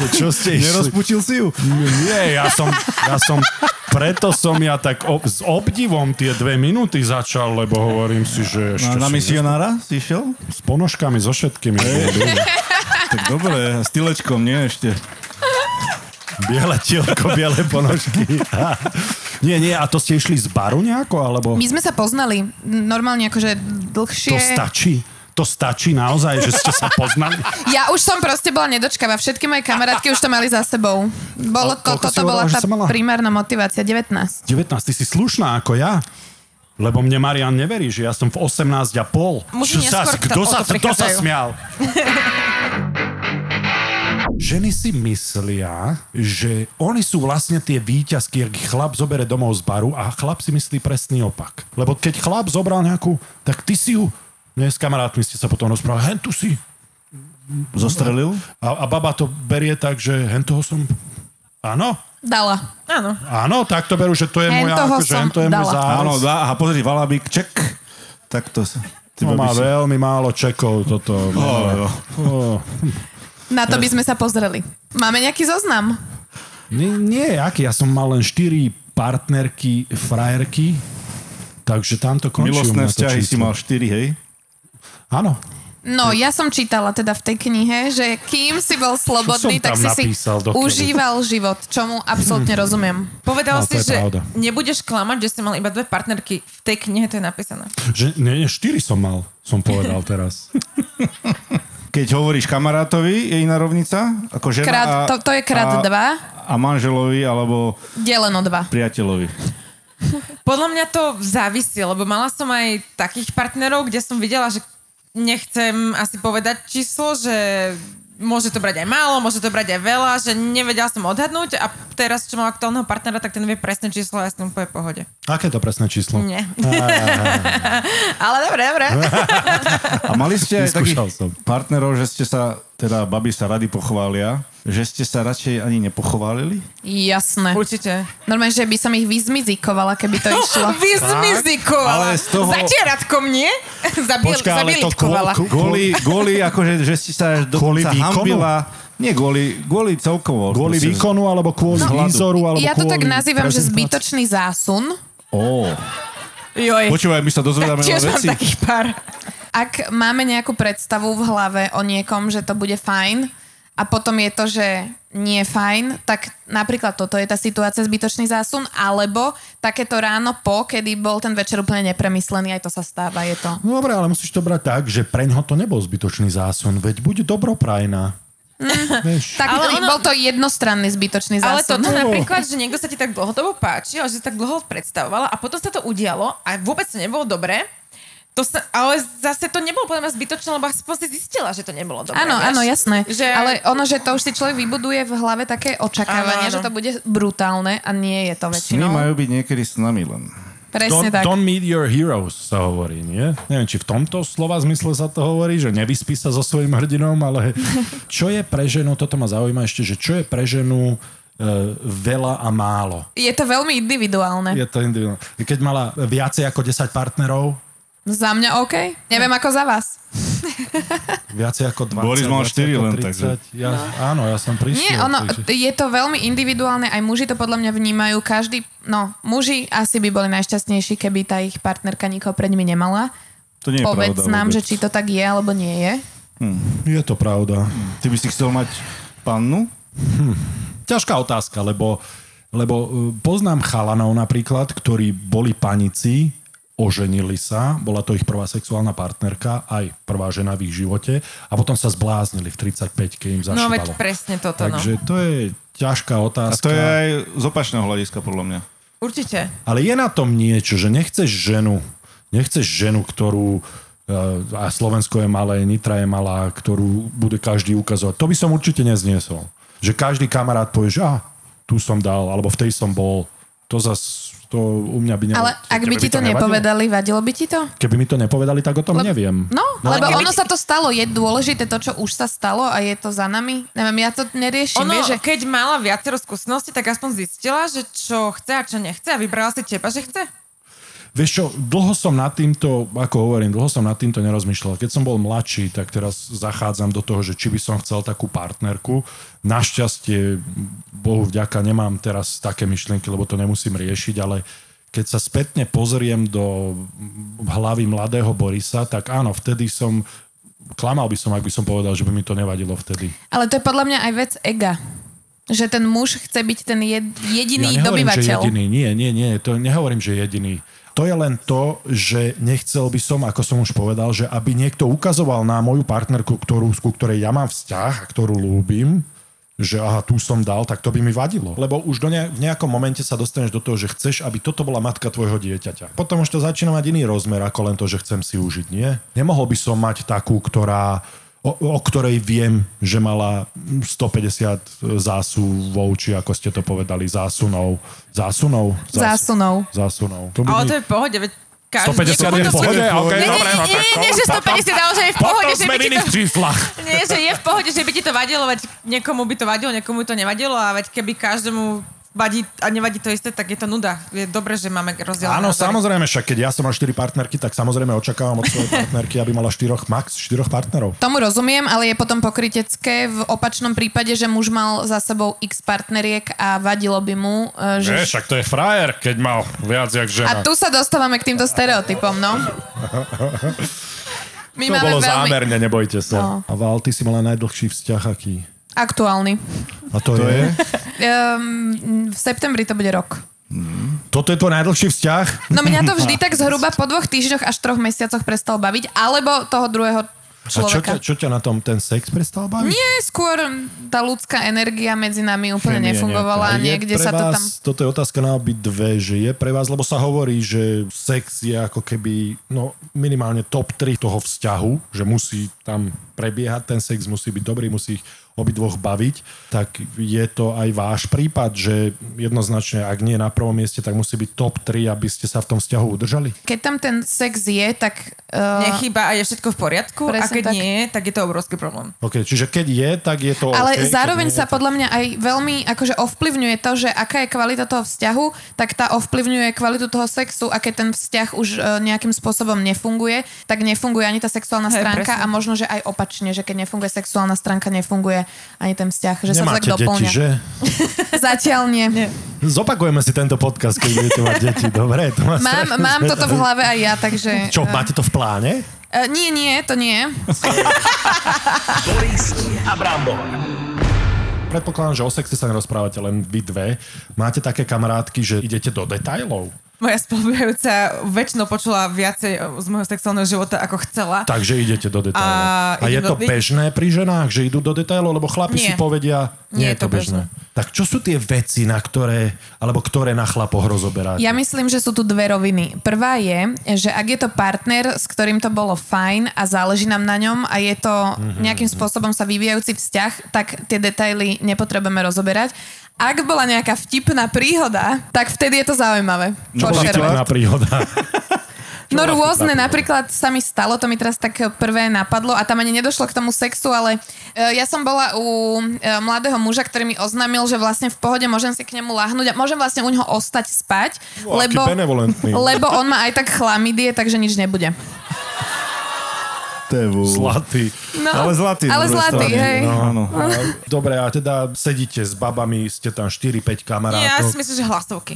Speaker 2: To čo ste išli?
Speaker 4: Nerozputil si ju?
Speaker 2: Nie, ja som, ja som, preto som ja tak ob, s obdivom tie dve minúty začal, lebo hovorím si, že ešte
Speaker 4: Na, na
Speaker 2: som
Speaker 4: misionára si išiel?
Speaker 2: s ponožkami, so všetkými.
Speaker 4: Tak dobre, s tylečkom, nie ešte.
Speaker 2: biele tielko, biele ponožky. nie, nie, a to ste išli z baru nejako, alebo
Speaker 3: My sme sa poznali normálne akože
Speaker 2: to
Speaker 3: dlhšie.
Speaker 2: stačí? To stačí naozaj, že ste sa poznali?
Speaker 3: Ja už som proste bola nedočkavá. Všetky moje kamarátky už to mali za sebou.
Speaker 2: A
Speaker 3: Bolo to,
Speaker 2: koľko si
Speaker 3: toto bola
Speaker 2: hovorila, že
Speaker 3: tá
Speaker 2: si mala?
Speaker 3: primárna motivácia. 19.
Speaker 2: 19, ty si slušná ako ja. Lebo mne Marian neverí, že ja som v 18 a pol.
Speaker 5: Muži neskôr k to-
Speaker 2: kto,
Speaker 5: o
Speaker 2: sa,
Speaker 5: to
Speaker 2: kto sa
Speaker 5: prichádzajú.
Speaker 2: smial? ženy si myslia, že oni sú vlastne tie výťazky, ak ich chlap zobere domov z baru a chlap si myslí presný opak. Lebo keď chlap zobral nejakú, tak ty si ju, dnes s kamarátmi ste sa potom rozprávali, hen tu si.
Speaker 4: Zostrelil?
Speaker 2: A, a baba to berie tak, že hen toho som... Áno,
Speaker 3: Dala.
Speaker 5: Áno.
Speaker 2: áno, tak to berú, že to je
Speaker 3: Hen
Speaker 2: moja,
Speaker 3: toho
Speaker 2: akože, hen
Speaker 3: som
Speaker 2: to je môj
Speaker 3: dala.
Speaker 2: záhaz.
Speaker 4: Áno, dá, aha, pozri, valabík, ček. Tak to sa... Ty
Speaker 2: To No, má
Speaker 4: babi si-
Speaker 2: veľmi málo čekov toto.
Speaker 4: Ó, jo.
Speaker 2: Oh.
Speaker 3: Na to by sme sa pozreli. Máme nejaký zoznam?
Speaker 2: Nie, nie, aký? Ja som mal len 4 partnerky, frajerky, takže tam to končí. u No mňa
Speaker 4: Milostné
Speaker 2: to
Speaker 4: vzťahy si
Speaker 2: číslo.
Speaker 4: mal 4, hej?
Speaker 2: Áno. Hm.
Speaker 3: No, ja som čítala teda v tej knihe, že kým si bol slobodný,
Speaker 2: som tam
Speaker 3: tak si si
Speaker 2: napísal dokeľu?
Speaker 3: užíval život, čomu absolútne rozumiem.
Speaker 5: Povedal
Speaker 2: No, to
Speaker 5: si,
Speaker 2: je
Speaker 5: že
Speaker 2: pravda.
Speaker 5: nebudeš klamať, že si mal iba dve partnerky. V tej knihe to je napísané.
Speaker 2: Že, nie, nie, 4 som mal, som povedal teraz.
Speaker 4: Keď hovoríš kamarátovi, je iná rovnica? Ako žena
Speaker 3: Krát,
Speaker 4: a,
Speaker 3: to, to je krát
Speaker 4: a,
Speaker 3: dva,
Speaker 4: A manželovi alebo
Speaker 3: deleno dva.
Speaker 4: priateľovi.
Speaker 5: Podľa mňa to závisí, lebo mala som aj takých partnerov, kde som videla, že nechcem asi povedať číslo, že môže to brať aj málo, môže to brať aj veľa, že nevedela som odhadnúť a teraz, čo mám aktuálneho partnera, tak ten vie presné číslo a ja s tým úplne v pohode.
Speaker 2: Aké to presné číslo?
Speaker 5: Nie. Ale dobre, dobre.
Speaker 4: A mali ste aj
Speaker 2: Neskúšal
Speaker 4: takých
Speaker 2: som.
Speaker 4: partnerov, že ste sa, teda babi sa rady pochvália, že ste sa radšej ani nepochválili?
Speaker 3: Jasné.
Speaker 5: Určite.
Speaker 3: Normálne, že by som ich vyzmizikovala, keby to išlo.
Speaker 5: Vy zmizikovala.
Speaker 4: ale z toho-
Speaker 5: Zatieratkom, nie? Zabil,
Speaker 2: Počkaj, ale to
Speaker 5: zabilitkovala.
Speaker 2: ko- ko-
Speaker 4: Kvôli, kvôli akože, že ste sa až
Speaker 2: Kvôli
Speaker 4: dokonca
Speaker 2: výkonu?
Speaker 4: hambila. Nie, kvôli, kvôli celkovo.
Speaker 2: Kvôli
Speaker 4: proste.
Speaker 2: výkonu, alebo kvôli
Speaker 4: No.
Speaker 2: výzoru, alebo
Speaker 3: Ja to
Speaker 2: kvôli
Speaker 3: tak nazývam, že
Speaker 2: prezentácii?
Speaker 3: zbytočný zásun.
Speaker 4: Ó.
Speaker 5: Joj.
Speaker 4: Počúvaj, my sa
Speaker 2: Teda
Speaker 4: dozvedáme
Speaker 5: Tiež
Speaker 4: nové
Speaker 5: mám
Speaker 4: veci.
Speaker 5: takých pár.
Speaker 3: Ak máme nejakú predstavu v hlave o niekom, že to bude fajn a potom je to, že nie je fajn, tak napríklad toto je tá situácia zbytočný zásun, alebo takéto ráno po, kedy bol ten večer úplne nepremyslený, aj to sa stáva, je to.
Speaker 2: No Dobre, ale musíš to brať tak, že preňho to nebol zbytočný zásun, veď buď dobroprajná.
Speaker 3: Mhm.
Speaker 2: Vieš.
Speaker 3: Tak
Speaker 5: Ale ono-
Speaker 3: bol to jednostranný zbytočný
Speaker 5: Ale
Speaker 3: zásun.
Speaker 5: toto napríklad, že niekto sa ti tak dlhodobo páčil, a že si tak dlho predstavovala a potom sa to udialo a vôbec to nebolo dobré, to sa, ale zase to nebolo podľa mňa zbytočné, lebo aspoň si zistila, že to nebolo dobré.
Speaker 3: Áno,
Speaker 5: vieš?
Speaker 3: áno, jasné.
Speaker 5: Že,
Speaker 3: Ale ono, že to už si človek vybuduje v hlave také očakávanie,
Speaker 5: Áno, áno.
Speaker 3: že to bude brutálne a nie je to
Speaker 4: Sny
Speaker 3: väčšinou.
Speaker 4: majú byť niekedy s nami len.
Speaker 2: Don't,
Speaker 3: Presne tak.
Speaker 2: don't meet your heroes sa hovorí, nie? Neviem, či v tomto slova zmysle sa to hovorí, že nevyspí sa so svojím hrdinom, ale čo je pre ženu, toto ma zaujíma ešte, že čo je pre ženu e, veľa a málo?
Speaker 3: Je to veľmi individuálne.
Speaker 2: Je to individuálne. Keď mala viacej ako 10 partnerov,
Speaker 3: Za mňa OK. Neviem ako za vás.
Speaker 2: viacej ako 20,
Speaker 4: Boris mal
Speaker 2: viacej
Speaker 4: štyri
Speaker 2: ako
Speaker 4: len,
Speaker 2: 30,
Speaker 4: takže.
Speaker 2: Ja, Áno, ja som prišiel.
Speaker 3: No. Nie, ono,
Speaker 2: takže-
Speaker 3: je to veľmi individuálne, aj muži to podľa mňa vnímajú, každý, no, muži asi by boli najšťastnejší, keby tá ich partnerka nikoho pred nimi nemala.
Speaker 4: To nie je
Speaker 3: Povedz
Speaker 4: pravda.
Speaker 3: nám,
Speaker 4: vôbec.
Speaker 3: že či to tak je, alebo nie je.
Speaker 2: Je to pravda.
Speaker 4: Ty by si chcel mať pannu?
Speaker 2: ťažká otázka, lebo, lebo eh, poznám chalanov napríklad, ktorí boli panici, oženili sa, bola to ich prvá sexuálna partnerka, aj prvá žena v ich živote a potom sa zbláznili v 35-ke im
Speaker 5: no
Speaker 2: zašibalo.
Speaker 5: veď presne toto,
Speaker 2: Takže
Speaker 5: no.
Speaker 2: to je ťažká
Speaker 4: A
Speaker 2: otázka.
Speaker 4: to je aj z opačného hľadiska, podľa mňa.
Speaker 5: Určite.
Speaker 2: Ale je na tom niečo, že nechceš ženu, nechceš ženu, ktorú eh, a Slovensko je malé, Nitra je malá, ktorú bude každý ukazovať. To by som určite nezniesol. Že každý kamarát povie, že ah, tu som dal, alebo v tej som bol. To zas, to u mňa by nebolo.
Speaker 3: Ale ak by
Speaker 2: Tebe
Speaker 3: ti to
Speaker 2: nevadilo?
Speaker 3: nepovedali, vadilo by ti to?
Speaker 2: Keby mi to nepovedali, tak o tom
Speaker 3: Lebo-
Speaker 2: neviem.
Speaker 3: No, lebo
Speaker 5: keby
Speaker 3: ono
Speaker 5: ti-
Speaker 3: sa to stalo, je dôležité to, čo už sa stalo a je to za nami. Neviem, ja to neriešim,
Speaker 5: Ono,
Speaker 3: vieš, že...
Speaker 5: že... keď mala viacero skúseností, tak aspoň zistila, že čo chce a čo nechce a vybrala si teba, že chce.
Speaker 2: Mhm. Vieš čo, dlho som nad týmto, ako hovorím, dlho som nad týmto nerozmýšľal. Keď som bol mladší, tak teraz zachádzam do toho, že či by som chcel takú partnerku. Našťastie, Bohu vďaka, nemám teraz také myšlienky, lebo to nemusím riešiť, ale keď sa spätne pozriem do hlavy mladého Borisa, tak áno, vtedy som, klamal by som, ak by som povedal, že by mi to nevadilo vtedy.
Speaker 3: Ale to je podľa mňa aj vec ega. Že ten muž chce byť ten jed, jediný dobyvateľ.
Speaker 2: že jediný. Nie, nie, nie. To nehovorím, že jediný. To je len to, že nechcel by som, ako som už povedal, že aby niekto ukazoval na moju partnerku, ktorú, ku ktorej ja mám vzťah a ktorú ľúbim, že aha, tu som dal, tak to by mi vadilo. Lebo už do ne- v nejakom momente sa dostaneš do toho, že chceš, aby toto bola matka tvojho dieťaťa. Potom už to začína mať iný rozmer, ako len to, že chcem si užiť, nie? Nemohol by som mať takú, ktorá o, o ktorej viem, že mala 150 zásuvov, či ako ste to povedali, zásunov. Zásunov? Zásu-
Speaker 3: Zásunov.
Speaker 2: zásunov. To by
Speaker 5: Ale
Speaker 2: mi-
Speaker 5: to je v pohode, veď
Speaker 2: 150 je v
Speaker 5: každý... niekomu to-
Speaker 2: pohode? OK,
Speaker 5: Nie, nie,
Speaker 2: dobre. no
Speaker 5: nie, nie, nie, že 150 naozaj je v
Speaker 2: Potom
Speaker 5: pohode, že
Speaker 2: sme v
Speaker 5: by ti to...
Speaker 2: iných číslach.
Speaker 5: Nie, že je v pohode, že by ti to vadilo, veď niekomu by to vadilo, niekomu to nevadilo a veď keby každému vadí a nevadí to isté, tak je to nuda. Je dobré, že máme rozdiel.
Speaker 2: Áno, samozrejme, však keď ja som mal 4 partnerky, tak samozrejme očakávam od svojej partnerky, aby mala 4, max 4 partnerov.
Speaker 3: Tomu rozumiem, ale je potom pokrytecké v opačnom prípade, že muž mal za sebou x partneriek a vadilo by mu, e, že...
Speaker 2: Nie, však to je frajer, keď mal viac jak žena.
Speaker 3: A tu sa dostávame k týmto stereotypom, no. My
Speaker 2: to
Speaker 3: máme
Speaker 2: bolo
Speaker 3: veľmi
Speaker 2: zámerne, nebojte sa.
Speaker 3: No.
Speaker 2: A Val, ty si mala najdlhší vzťah aký?
Speaker 3: aktuálny.
Speaker 2: A to, to je?
Speaker 3: Ehm, v septembri to bude rok.
Speaker 2: Toto je tvoj najdlhší vzťah?
Speaker 3: No mňa to vždy tak zhruba po dvoch týždňoch až troch mesiacoch prestal baviť, alebo toho druhého
Speaker 2: A čo ťa,
Speaker 3: človeka.
Speaker 2: čo ťa na tom ten sex prestal baviť?
Speaker 3: Nie, skôr tá ľudská energia medzi nami úplne
Speaker 4: Chémia
Speaker 2: A
Speaker 3: nefungovala,
Speaker 2: je
Speaker 3: niekde
Speaker 2: pre
Speaker 3: sa to
Speaker 2: vás,
Speaker 3: tam...
Speaker 2: Toto je otázka na obi dve, že je pre vás, lebo sa hovorí, že sex je ako keby no, minimálne top 3 toho vzťahu, že musí tam prebiehať, ten sex musí byť dobrý, musí ich obidvoch baviť, tak je to aj váš prípad, že jednoznačne, ak nie na prvom mieste, tak musí byť top 3, aby ste sa v tom vzťahu udržali?
Speaker 3: Keď tam ten sex je, tak... eh,
Speaker 5: Nechýba a je všetko v poriadku a
Speaker 3: Presne
Speaker 5: keď
Speaker 3: tak.
Speaker 5: nie, tak je to obrovský problém.
Speaker 2: OK, čiže keď je, tak je to
Speaker 3: Ale
Speaker 2: OK, keď
Speaker 3: zároveň
Speaker 2: nie,
Speaker 3: sa
Speaker 2: tak-
Speaker 3: podľa mňa aj veľmi akože ovplyvňuje to, že aká je kvalita toho vzťahu, tak tá ovplyvňuje kvalitu toho sexu a keď ten vzťah už e, nejakým spôsobom nefunguje, tak nefunguje ani tá sexuálna
Speaker 5: Hej,
Speaker 3: stránka a
Speaker 5: presne.
Speaker 3: možno, že aj opačne, že keď nefunguje sexuálna stránka, nefunguje ani ten vzťah, že sa to tak
Speaker 2: Nemáte deti,
Speaker 3: doplňa.
Speaker 2: že?
Speaker 3: Zatiaľ nie.
Speaker 2: Zopakujeme si tento podcast, keď budete mať deti, dobre? To ma
Speaker 3: Mám, mám toto v hlave aj ja, takže...
Speaker 2: Čo,
Speaker 3: e,
Speaker 2: máte to v pláne?
Speaker 3: e, nie, nie, to nie.
Speaker 9: Boris a Brambor.
Speaker 2: Predpokladám, že o sexe sa nerozprávate len vy dve. Máte také kamarátky, že idete do detajlov.
Speaker 5: Moja spolubujúca väčšinou počula viacej z môjho sexuálneho života, ako chcela.
Speaker 2: Takže idete do detajlov.
Speaker 5: A
Speaker 2: A je
Speaker 5: idem
Speaker 2: to
Speaker 5: do-
Speaker 2: bežné pri ženách, že idú do detajlov, lebo chlapi
Speaker 5: Nie.
Speaker 2: si povedia, nie, je to bežné. Tak čo sú tie veci, na ktoré, alebo ktoré na chlapoch rozoberáte?
Speaker 3: Ja myslím, že sú tu dve roviny. Prvá je, že ak je to partner, s ktorým to bolo fajn a záleží nám na ňom a je to nejakým spôsobom sa vyvíjajúci vzťah, tak tie detaily nepotrebujeme rozoberať. Ak bola nejaká vtipná príhoda, tak vtedy je to zaujímavé.
Speaker 2: Bola
Speaker 3: Počervať.
Speaker 2: No, vtipná príhoda.
Speaker 3: No rôzne, napríklad sa mi stalo, to mi teraz tak e, prvé napadlo a tam ani nedošlo k tomu sexu, ale e, ja som bola u e, mladého muža, ktorý mi oznámil, že vlastne v pohode môžem si k nemu lahnúť a môžem vlastne u ňoho ostať spať,
Speaker 2: Wow, aký
Speaker 3: lebo,
Speaker 2: benevolentný.
Speaker 3: lebo on má aj tak chlamidie, takže nič nebude.
Speaker 4: Tevu.
Speaker 2: Zlatý.
Speaker 3: No,
Speaker 4: Ale zlatý.
Speaker 3: Ale
Speaker 4: na druhej
Speaker 3: zlatý,
Speaker 4: strane.
Speaker 3: hej.
Speaker 4: No, áno.
Speaker 2: Dobre, a teda sedíte s babami, ste tam 4-5
Speaker 5: Ja
Speaker 2: kamarátov,
Speaker 5: si myslím, že hlasovky.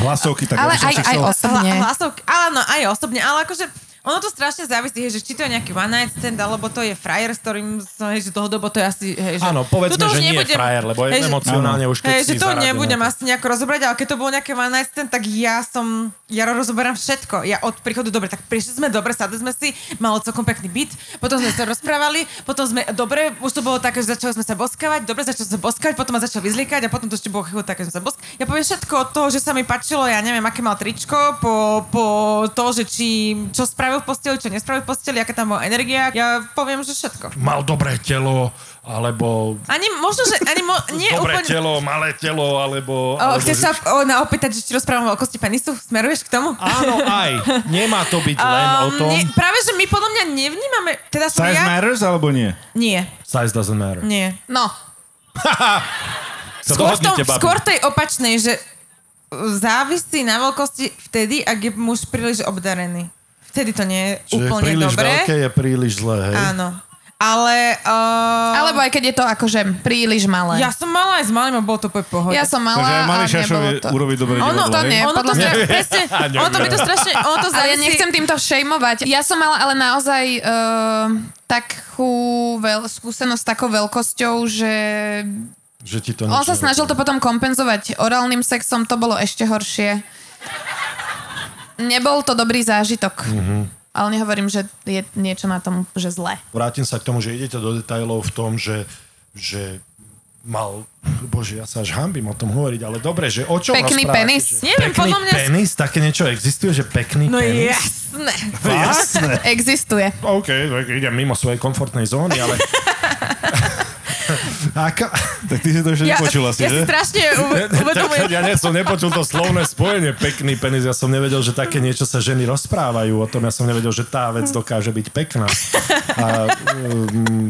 Speaker 2: hlasovky, tak ja by
Speaker 3: Ale
Speaker 2: som
Speaker 3: aj,
Speaker 2: si
Speaker 3: aj
Speaker 2: chcel...
Speaker 3: osobne.
Speaker 5: Hla, hlasovky, áno, aj osobne, ale akože ono to strašne závisí, hej, že či to je nejaký one night stand, alebo to je frajer, s ktorým som, hej, že dlhodobo to je asi, hej, že...
Speaker 2: Áno, povedzme,
Speaker 5: Tuto už
Speaker 2: že nie je frajer, lebo je
Speaker 5: hej, že-
Speaker 2: emocionálne už keď
Speaker 5: Hej,
Speaker 2: si
Speaker 5: že to
Speaker 2: zaradená.
Speaker 5: nebudem asi nejako rozobrať, ale keď to bolo nejaké one night stand, tak ja som, ja rozoberám všetko. Ja od príchodu, dobre, tak prišli sme, dobre, sadli sme si, malo celkom pekný byt, potom sme sa rozprávali, potom sme, dobre, už to bolo také, že začali sme sa boskávať, dobre, začali sme sa boskávať, potom ma začal vyzliekať a potom to ešte bolo chvíľu také, že sme sa bosk... Ja poviem všetko od toho, že sa mi páčilo, ja neviem, aké mal tričko, po, po to, že či, čo spravil v posteli, čo nespravil v posteli, aká tam bola energia, ja poviem, že všetko.
Speaker 2: Mal dobré telo, alebo
Speaker 5: Ani možno, že ani mo, nie
Speaker 2: Dobré
Speaker 5: úplne...
Speaker 2: telo, malé telo, alebo...
Speaker 5: O,
Speaker 2: alebo
Speaker 5: chceš
Speaker 2: že-
Speaker 5: sa o, na opýtať, že či rozprávam o veľkosti penisu? Smeruješ k tomu?
Speaker 2: Áno, aj. Nemá to byť len o
Speaker 5: Um,
Speaker 2: tom.
Speaker 5: nie, práve, že my podľa mňa nevnímame, teda som
Speaker 4: Size
Speaker 5: ja...
Speaker 4: matters alebo nie?
Speaker 5: Nie,
Speaker 2: Size doesn't matter.
Speaker 5: nie.
Speaker 3: No,
Speaker 2: Sa
Speaker 5: Skôr, v tom,
Speaker 2: dohodnite, babi.
Speaker 5: skôr tej opačnej, že uh, závisí na veľkosti vtedy, ak je muž príliš obdarený. Vtedy to nie je
Speaker 2: Čiže
Speaker 5: úplne
Speaker 2: príliš
Speaker 5: dobré.
Speaker 2: veľké je príliš zlé, hej?
Speaker 5: Áno. Ale... Uh,
Speaker 3: alebo aj keď je to akože príliš malé.
Speaker 5: Ja som mala aj s malým a bolo to úplne v pohode.
Speaker 3: ja som
Speaker 4: Takže aj
Speaker 3: malá
Speaker 4: malý
Speaker 3: a
Speaker 4: šašovi
Speaker 3: nebolo to.
Speaker 4: urobiť dobré
Speaker 5: ono,
Speaker 4: divadlo,
Speaker 5: to
Speaker 4: hej?
Speaker 5: nie, ono to,
Speaker 3: podľa mňa-
Speaker 5: stra- presne, ono to by to strašne, ono to závisí...
Speaker 3: Ale ja nechcem týmto šejmovať. Ja som mala ale naozaj uh, takú veľ, skúsenosť s takou veľkosťou, že
Speaker 2: Že ti to
Speaker 3: on
Speaker 2: nič
Speaker 3: sa snažil
Speaker 2: nerobí.
Speaker 3: to potom kompenzovať orálnym sexom, to bolo ešte horšie. Nebol to dobrý zážitok. Ale nehovorím, že je niečo na tom, že zlé.
Speaker 2: Vrátim sa k tomu, že idete do detajlov v tom, že, že mal, bože, ja sa až hambím o tom hovoriť, ale dobre, že o čom
Speaker 3: Pekný
Speaker 2: vás
Speaker 3: penis.
Speaker 2: Že...
Speaker 5: Neviem,
Speaker 2: pekný
Speaker 5: podľa mňa...
Speaker 2: penis, také niečo existuje, že pekný
Speaker 5: No
Speaker 2: penis?
Speaker 5: jasné.
Speaker 2: Jasné.
Speaker 3: Existuje.
Speaker 2: OK, tak idem mimo svojej komfortnej zóny, ale... Aká...
Speaker 4: Tak ty si to ešte
Speaker 5: Ja,
Speaker 4: nepočul asi,
Speaker 5: ja si
Speaker 4: že?
Speaker 5: strašne u- uvedomujem.
Speaker 2: ja nie som nepočul to slovné spojenie pekný penis. Ja som nevedel, že také niečo sa ženy rozprávajú o tom. Ja som nevedel, že tá vec dokáže byť pekná.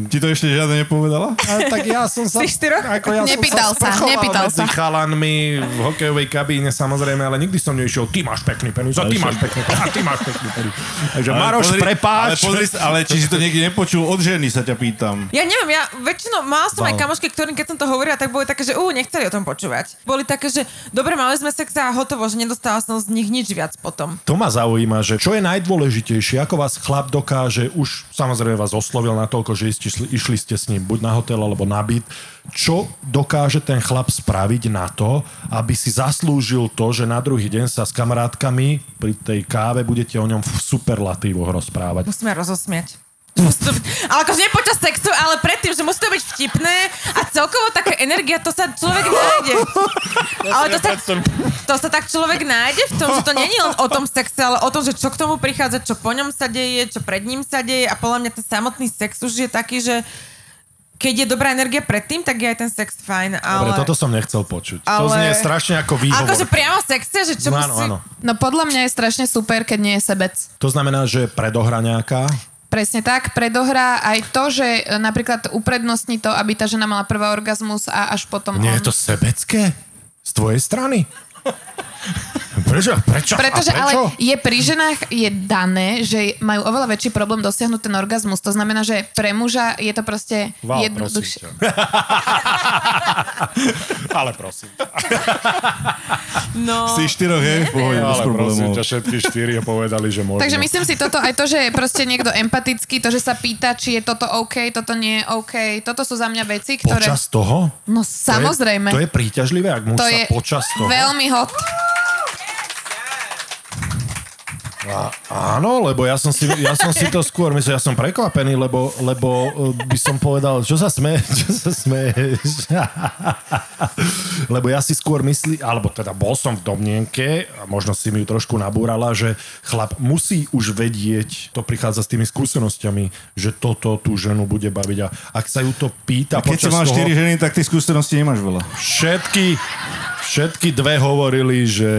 Speaker 4: Ti to ešte žiadne nepovedala?
Speaker 2: A, tak ja som sa...
Speaker 5: Si štyroch?
Speaker 2: Ako ja
Speaker 3: Nepýtal
Speaker 2: som sa,
Speaker 3: sa,
Speaker 2: sprchoval
Speaker 3: nepýtal
Speaker 2: medzi
Speaker 3: sa.
Speaker 2: chalanmi v hokejovej kabíne samozrejme, ale nikdy som neišiel, ty máš pekný penis, a ty máš pekný penis, a ty máš pekný penis. Takže
Speaker 4: Ale
Speaker 2: Maroš,
Speaker 4: pozri-
Speaker 2: prepáč.
Speaker 4: Ale, pozri, sa- ale či si to niekde nepočul od ženy, sa ťa pýtam.
Speaker 5: Ja neviem, ja väčšinou mal som aj
Speaker 2: Wow.
Speaker 5: kamošky, ktorým keď som to hovorila, tak boli také, že ú, nechceli o tom počúvať. Boli také, že dobre, mali sme sex a hotovo, že nedostala som z nich nič viac potom.
Speaker 2: To ma zaujíma, že čo je najdôležitejšie, ako vás chlap dokáže, už samozrejme vás oslovil na toľko, že išli, išli ste s ním buď na hotel alebo na byt, čo dokáže ten chlap spraviť na to, aby si zaslúžil to, že na druhý deň sa s kamarátkami pri tej káve budete o ňom v superlatívoch rozprávať.
Speaker 5: Musíme rozosmiať. Musí to byť- Ale akože nie počas sexu, ale predtým, že musí to byť vtipné a celkovo taká energia, to sa človek nájde. Ale to sa, to sa tak človek nájde v tom, že to není len o tom sexe, ale o tom, že čo k tomu prichádza, čo po ňom sa deje, čo pred ním sa deje a podľa mňa ten samotný sex už je taký, že keď je dobrá energia predtým, tak je aj ten sex fajn, ale...
Speaker 2: Dobre, toto som nechcel počuť. Ale... To
Speaker 5: Ale-
Speaker 2: znie strašne ako výhovor.
Speaker 5: Akože priamo sexe, že čo
Speaker 2: no, áno,
Speaker 5: musí...
Speaker 2: áno.
Speaker 3: No podľa mňa je strašne super, keď nie je sebec.
Speaker 2: To znamená, že predohraňáka,
Speaker 3: Presne tak, predohrá aj to, že e, napríklad uprednostní to, aby tá žena mala prvá orgazmus a až potom
Speaker 2: nie
Speaker 3: on.
Speaker 2: je to sebecké z tvojej strany? Prečo? Prečo? A
Speaker 3: Pretože
Speaker 2: prečo?
Speaker 3: ale je pri ženách je dané, že majú oveľa väčší problém dosiahnuť ten orgazmus. To znamená, že pre muža je to proste
Speaker 2: Val,
Speaker 3: jednoduchšie.
Speaker 2: prosím ťa. ale prosím.
Speaker 5: No,
Speaker 4: Si štyroch, hej, v pohode, bez
Speaker 2: Ale prosím
Speaker 4: problémov.
Speaker 2: ťa, všetky štyri povedali, že možno.
Speaker 3: Takže myslím si toto, aj to, že je proste niekto empatický, to, že sa pýta, či je toto OK, toto nie je OK. Toto sú za mňa veci, ktoré...
Speaker 2: Počas toho?
Speaker 3: No samozrejme.
Speaker 2: To je, to je príťažlivé, ak muž
Speaker 3: To
Speaker 2: sa
Speaker 3: je
Speaker 2: počas toho...
Speaker 3: veľmi hot.
Speaker 2: Áno, lebo ja som si, ja som si to skôr myslel, ja som prekvapený, lebo, lebo eh, by som povedal, čo sa sme, čo sa smeješ. lebo ja si skôr myslí, alebo teda bol som v domnienke, a možno si mi ju trošku nabúrala, že chlap musí už vedieť, to prichádza s tými skúsenostiami, že toto tú ženu bude baviť a ak sa ju to pýta
Speaker 4: Keď som
Speaker 2: počas
Speaker 4: mal
Speaker 2: toho,
Speaker 4: štyri ženy, tak tých skúsenosti nemáš veľa.
Speaker 2: všetky, všetky dve hovorili, že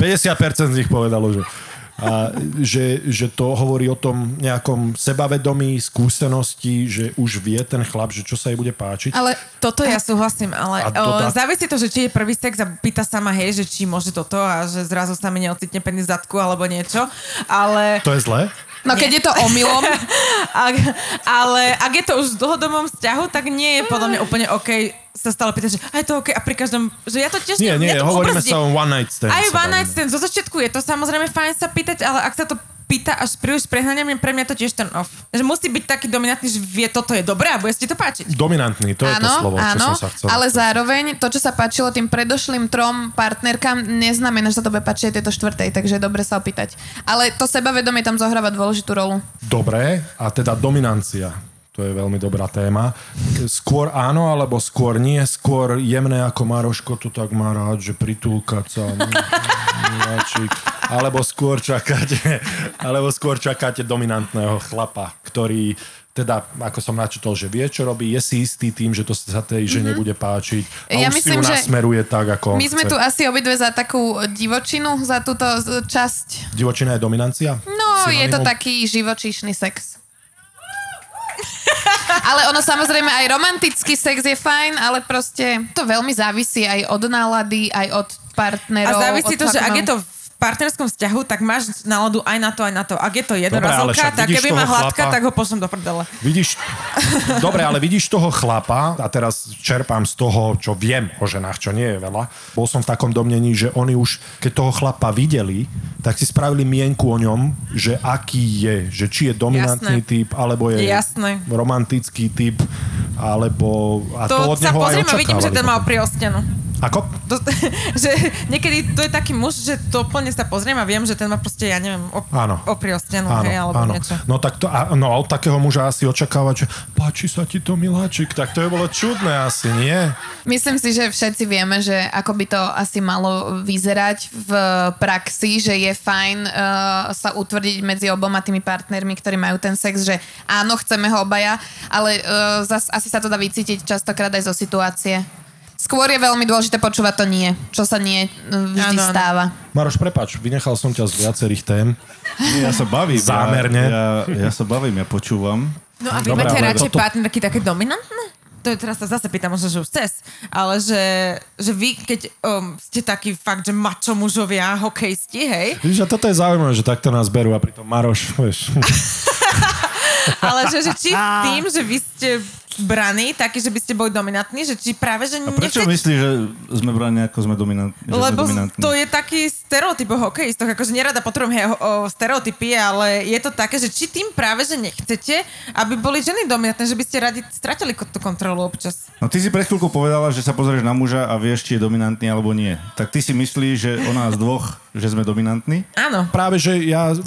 Speaker 2: 50% z nich povedalo, že, a, že, že to hovorí o tom nejakom sebavedomí, skúsenosti, že už vie ten chlap, že čo sa jej bude páčiť.
Speaker 3: Ale
Speaker 5: Toto ja súhlasím, ale
Speaker 2: A to
Speaker 5: o,
Speaker 2: dá-
Speaker 5: závisí to, že či je prvý sex a pýta sama, hej, že či môže toto a že zrazu sa mi neocitne penis v zadku alebo niečo, ale,
Speaker 2: To je zlé?
Speaker 3: No keď je to omylom,
Speaker 5: ak, ale ak je to už v dlhodobom vzťahu, tak nie je podľa mňa úplne OK sa stále pýtať, že aj to OK a pri každom, že ja to tiež
Speaker 2: Nie, nie,
Speaker 5: mňa to
Speaker 2: hovoríme
Speaker 5: obrzdí.
Speaker 2: sa o one night stand.
Speaker 5: Aj
Speaker 2: sa
Speaker 5: one night
Speaker 2: bavíme.
Speaker 5: stand, zo začiatku je to samozrejme fajn sa pýtať, ale ak sa to pýta až príliš prehnania, pre mňa to tiež ten off. Že musí byť taký dominantný, že vie, toto je dobré a bude si ti to páčiť.
Speaker 2: Dominantný, to je to slovo, čo som sa chcel.
Speaker 3: ale zároveň to, čo sa páčilo tým predošlým trom partnerkám, neznamená, že sa to bude páčiť aj tejto štvrtej, takže je dobre sa opýtať. Ale to sebavedomie tam zohráva dôležitú rolu.
Speaker 2: Dobre, a teda dominancia. To je veľmi dobrá téma. Skôr áno, alebo skôr nie. Skôr jemné ako Maroško to tak má rád, že pritúkať sa. mm, miláčik. Alebo skôr čakáte, alebo skôr čakáte dominantného chlapa, ktorý teda, ako som načítal, že vie, čo robí, je si istý tým, že to sa tej žene bude páčiť. A
Speaker 3: Mhm. Ja
Speaker 2: už si
Speaker 3: myslím,
Speaker 2: ju
Speaker 3: že
Speaker 2: nasmeruje tak, ako on
Speaker 3: My sme
Speaker 2: chce.
Speaker 3: tu asi obidve za takú divočinu, za túto z- časť.
Speaker 2: Divočina je dominancia?
Speaker 3: No, je to
Speaker 2: Synonymum?
Speaker 3: taký živočíšny sex. Ale ono samozrejme aj romantický sex je fajn, ale proste to veľmi závisí aj od nálady, aj od
Speaker 5: A
Speaker 3: partnerov. od
Speaker 5: závisí to, že
Speaker 3: partnerov.
Speaker 5: ak je to v partnerskom vzťahu, tak máš náladu aj na to, aj na to. Ak je to
Speaker 2: Dobre, ale však
Speaker 5: jednorazovka, tak
Speaker 2: vidíš
Speaker 5: keby ma
Speaker 2: toho
Speaker 5: hladká,
Speaker 2: chlapa?
Speaker 5: tak ho pošlem do prdele.
Speaker 2: Vidíš, dobre, ale vidíš toho chlapa, a teraz čerpám z toho, čo viem o ženách, čo nie je veľa. Bol som v takom domnení, že oni už, keď toho chlapa videli, tak si spravili mienku o ňom, že aký je, že či je dominantný
Speaker 5: Jasné.
Speaker 2: typ, alebo je
Speaker 5: Jasné.
Speaker 2: romantický typ, alebo... A to,
Speaker 5: To
Speaker 2: od
Speaker 5: sa
Speaker 2: neho aj
Speaker 5: pozriem a vidím, že
Speaker 2: očakávali
Speaker 5: ten mal
Speaker 2: potom.
Speaker 5: priostenú.
Speaker 2: Ako?
Speaker 5: To, že niekedy to je taký muž, že to plne sa pozriem a viem, že ten má proste, ja neviem, op-
Speaker 2: Áno.
Speaker 5: opriel stenu,
Speaker 2: Áno,
Speaker 5: hej, alebo
Speaker 2: áno.
Speaker 5: niečo.
Speaker 2: No tak to, a, no, a od takého muža asi očakávať, že páči sa ti to, miláčik, tak to je bolo čudné asi, nie?
Speaker 3: Myslím si, že všetci vieme, že ako by to asi malo vyzerať v praxi, že je fajn uh, sa utvrdiť medzi oboma tými partnermi, ktorí majú ten sex, že áno, chceme ho obaja, ale uh, zas, asi sa to dá vycítiť častokrát aj zo situácie. Skôr je veľmi dôležité počúvať to nie, čo sa nie eh, vždy
Speaker 5: Áno, áno.
Speaker 3: stáva.
Speaker 2: Maroš, prepač, vynechal som ťa z viacerých tém.
Speaker 4: Ja sa bavím. ja-
Speaker 2: Zámerne.
Speaker 4: Ja, ja sa bavím, ja počúvam.
Speaker 5: No a vy
Speaker 2: Dobre,
Speaker 5: máte
Speaker 2: ale
Speaker 5: radšej
Speaker 2: toto-
Speaker 5: partnerky také dominantné? To je teraz sa zase pýtam, možno, že už cez, ale že, že vy, keď um, ste takí fakt, že mačo mužovia, hokejisti, hej,
Speaker 2: Víš, a toto je zaujímavé, že takto nás berú a pritom Maroš, vieš.
Speaker 5: ale že, že či s tým, že vy ste braní, taký, že by ste boli dominantní, že či práve, že
Speaker 4: A prečo
Speaker 5: nechcete-
Speaker 4: myslíš, že sme brani ako sme dominantní? že sme
Speaker 5: Lebo
Speaker 4: dominantní?
Speaker 5: to je taký stereotyp o hokejistoch, akože nerada potrebujem hej, o, o stereotypy, ale je to také, že či tým práve, že nechcete, aby boli ženy dominantné, že by ste radi stratili ko- tú kontrolu občas.
Speaker 4: No ty si pred chvíľkou povedala, že sa pozrieš na muža a vieš, či je dominantný alebo nie. Tak ty si myslíš, že o nás dvoch, že sme dominantní?
Speaker 5: Áno.
Speaker 2: Práve, že ja uh,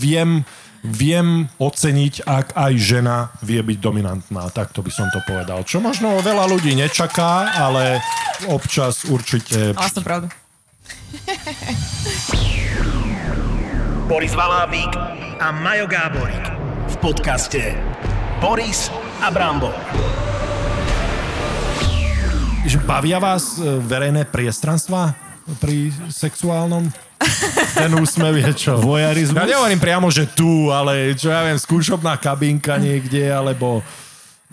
Speaker 2: viem, viem oceniť, ak aj žena vie byť dominantná. Tak to by som to povedal. Čo možno veľa ľudí nečaká, ale občas určite...
Speaker 5: Ale som pravdu.
Speaker 9: Boris Valábík a Majo Gáborík v podcaste Boris a Brambor.
Speaker 2: Že bavia vás e, verejné priestranstva pri sexuálnom? Ten úsmev je čo?
Speaker 4: Voyeurizmus?
Speaker 2: Ja nehovorím priamo, že tu, ale čo ja viem, skúšobná kabinka niekde, alebo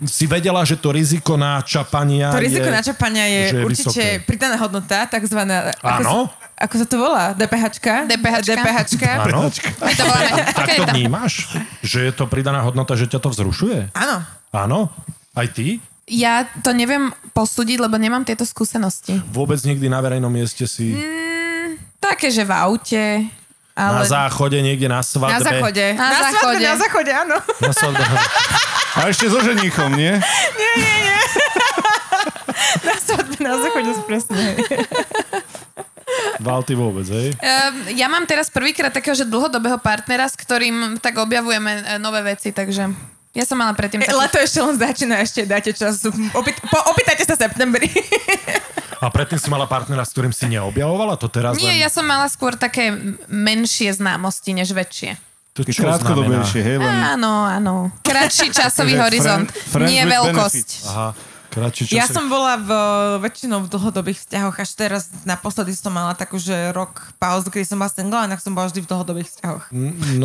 Speaker 2: si vedela, že to riziko náčapania
Speaker 5: To riziko
Speaker 2: je,
Speaker 5: načapania je,
Speaker 2: že
Speaker 5: je určite
Speaker 2: vysoké.
Speaker 5: pridaná hodnota, takzvaná... ako
Speaker 2: Áno.
Speaker 5: sa- Ako sa to volá? DPHčka?
Speaker 3: DPHčka.
Speaker 5: DPHčka.
Speaker 2: Áno?
Speaker 3: My to voláme
Speaker 2: Tak to
Speaker 3: kredita.
Speaker 2: vnímaš? Že je to pridaná hodnota, že ťa to vzrušuje?
Speaker 5: Áno.
Speaker 2: Áno? Aj ty?
Speaker 3: Ja to neviem posúdiť, lebo nemám tieto skúsenosti.
Speaker 2: Vôbec nikdy na verejnom mieste si
Speaker 3: Také, že v aute,
Speaker 2: na
Speaker 3: ale...
Speaker 2: záchode, niekde na svadbe.
Speaker 5: Na záchode.
Speaker 3: Na
Speaker 5: svadbe,
Speaker 3: záchode.
Speaker 5: Na záchode, áno.
Speaker 2: Na svadbe.
Speaker 4: A ešte so ženíchom, nie?
Speaker 5: Na svadbe, na záchode, presne.
Speaker 2: Valty vôbec, hej?
Speaker 3: Ehm, ja mám teraz prvýkrát takého, že dlhodobého partnera, s ktorým tak objavujeme e, nové veci, takže ja som mala predtým taký...
Speaker 5: E, Leto ešte len začína, ešte dáte čas. Opýt, po, opýtajte sa v septembri.
Speaker 2: A predtým si mala partnera, s ktorým si neobjavovala to teraz?
Speaker 3: Nie,
Speaker 2: len...
Speaker 3: ja som mala skôr také m- menšie známosti, než väčšie.
Speaker 2: To čo
Speaker 4: Krátkodobejšie,
Speaker 2: znamená?
Speaker 4: hej? Len...
Speaker 3: Áno, áno. Kratší časový
Speaker 4: Že
Speaker 3: horizont,
Speaker 4: friend- friends
Speaker 3: nie
Speaker 4: with
Speaker 3: veľkosť.
Speaker 2: Aha, kratší čas.
Speaker 5: Ja som bola v, e, väčšinou v dlhodobých vzťahoch, až teraz naposledy som mala takú, že rok pauzu, kedy som bola single, inak som bola vždy v dlhodobých vzťahoch.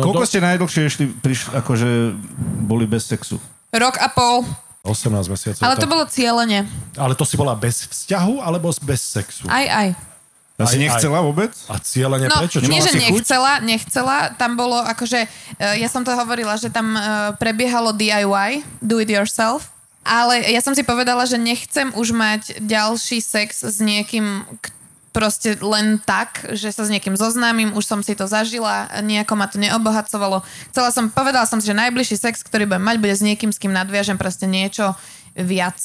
Speaker 2: No,
Speaker 4: Koľko
Speaker 2: do...
Speaker 4: ste najdlhšie išli, prišli, akože boli bez sexu?
Speaker 3: Rok a pol.
Speaker 2: 18 mesiacov.
Speaker 3: Ale to
Speaker 2: tak.
Speaker 3: bolo cieľene.
Speaker 2: Ale to si bola bez vzťahu, alebo bez sexu?
Speaker 3: Aj, aj.
Speaker 4: A si
Speaker 2: Aj,
Speaker 4: nechcela vôbec?
Speaker 2: A cieľene
Speaker 3: No,
Speaker 2: prečo? Nemala
Speaker 3: nie, že
Speaker 2: si chuť?
Speaker 3: nechcela, nechcela. Tam bolo akože, e, ja som to hovorila, že tam e, prebiehalo DIY, do it yourself. Ale ja som si povedala, že nechcem už mať ďalší sex s niekým, k- proste len tak, že sa s niekým zoznámim, už som si to zažila, nejako ma to neobohacovalo. Chcela som, povedala som si, že najbližší sex, ktorý budem mať, bude s niekým, s kým nadviažem proste niečo viac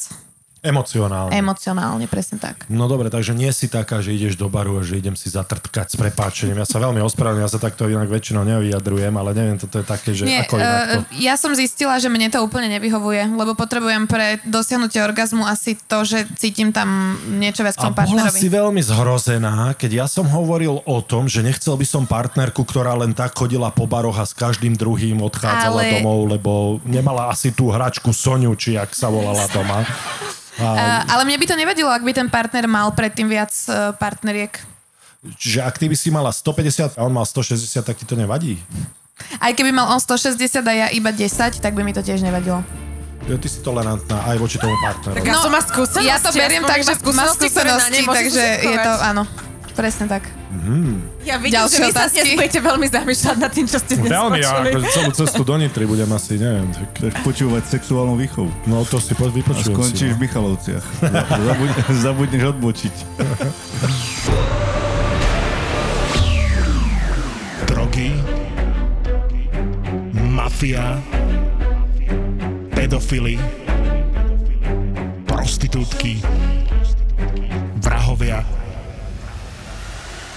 Speaker 2: Emocionálne.
Speaker 3: emocionálne, presne tak.
Speaker 2: No dobre, takže nie si taká, že ideš do baru a že idem si zatrtkať s prepáčením. Ja sa veľmi ospravedlňujem, ja sa takto inak väčšinou nevyjadrujem, ale neviem, toto je také, že
Speaker 3: Nie,
Speaker 2: ako inak to...
Speaker 3: eh, ja som zistila, že mne to úplne nevyhovuje, lebo potrebujem pre dosiahnutie orgazmu asi to, že cítim tam niečo viac
Speaker 2: A
Speaker 3: k tomu
Speaker 2: bola si
Speaker 3: partnerovi. Eh,
Speaker 2: veľmi zhrozená, keď ja som hovoril o tom, že nechcel by som partnerku, ktorá len tak chodila po baroch a s každým druhým odchádzala
Speaker 3: Ale-
Speaker 2: domov, lebo nemala asi tú hračku Soniu, či jak sa volala doma.
Speaker 3: Eh, ale mne by to nevadilo, ak by ten partner mal predtým viac eh, partneriek.
Speaker 2: Čiže ak ty by si mala 150 a on mal 160, tak ti to nevadí?
Speaker 3: Aj keby mal on 160 a ja iba 10, tak by mi to tiež nevadilo.
Speaker 2: Jo, ty si tolerantná aj voči tomu partnerovi.
Speaker 5: Ja som má
Speaker 3: No,
Speaker 5: skúsenosti,
Speaker 3: ja to beriem
Speaker 5: aspoň
Speaker 3: tak,
Speaker 5: má
Speaker 3: že má
Speaker 5: skúsenosti, ktoré na nej
Speaker 3: skúsenosti,
Speaker 5: môžu
Speaker 3: takže je to,
Speaker 5: zúčinkovať.
Speaker 3: áno, presne tak.
Speaker 5: Ja vidím,
Speaker 3: Ďalšie
Speaker 5: že vy sa
Speaker 3: otázky?
Speaker 5: dnes budete veľmi zamýšľať nad tým, čo ste dnes
Speaker 2: Veľmi, ja
Speaker 5: počuli.
Speaker 2: ako celú cestu do Nitry budem asi, neviem. Tak,
Speaker 4: Tak počúvať sexuálnu výchovu.
Speaker 2: no to si po-
Speaker 4: A
Speaker 2: vypočujem si.
Speaker 4: skončíš
Speaker 2: no.
Speaker 4: v Michalovciach. Zabudne, zabudneš odbočiť.
Speaker 9: Drogy, mafia, pedofily, prostitútky, vraždy.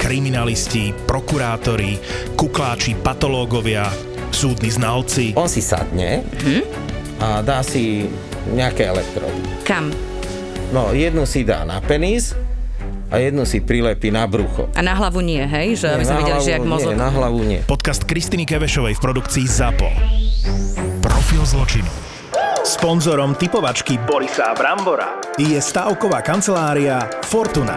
Speaker 7: kriminalisti, prokurátori, kukláči, patológovia, súdni znalci.
Speaker 9: On si sadne
Speaker 10: Mhm.
Speaker 9: a dá si nejaké elektrody.
Speaker 10: Kam?
Speaker 9: No, jednu si dá na penis a jednu si prilepí na brucho.
Speaker 10: A na hlavu nie, hej? Že aby sme
Speaker 9: na
Speaker 10: videli, že jak
Speaker 9: hlavu
Speaker 10: mozog.
Speaker 9: Nie, na hlavu nie.
Speaker 7: Podcast Kristiny Kevešovej v produkcii ZAPO. Profil zločinu. Sponzorom typovačky Borisa Brambora je stavková kancelária Fortuna.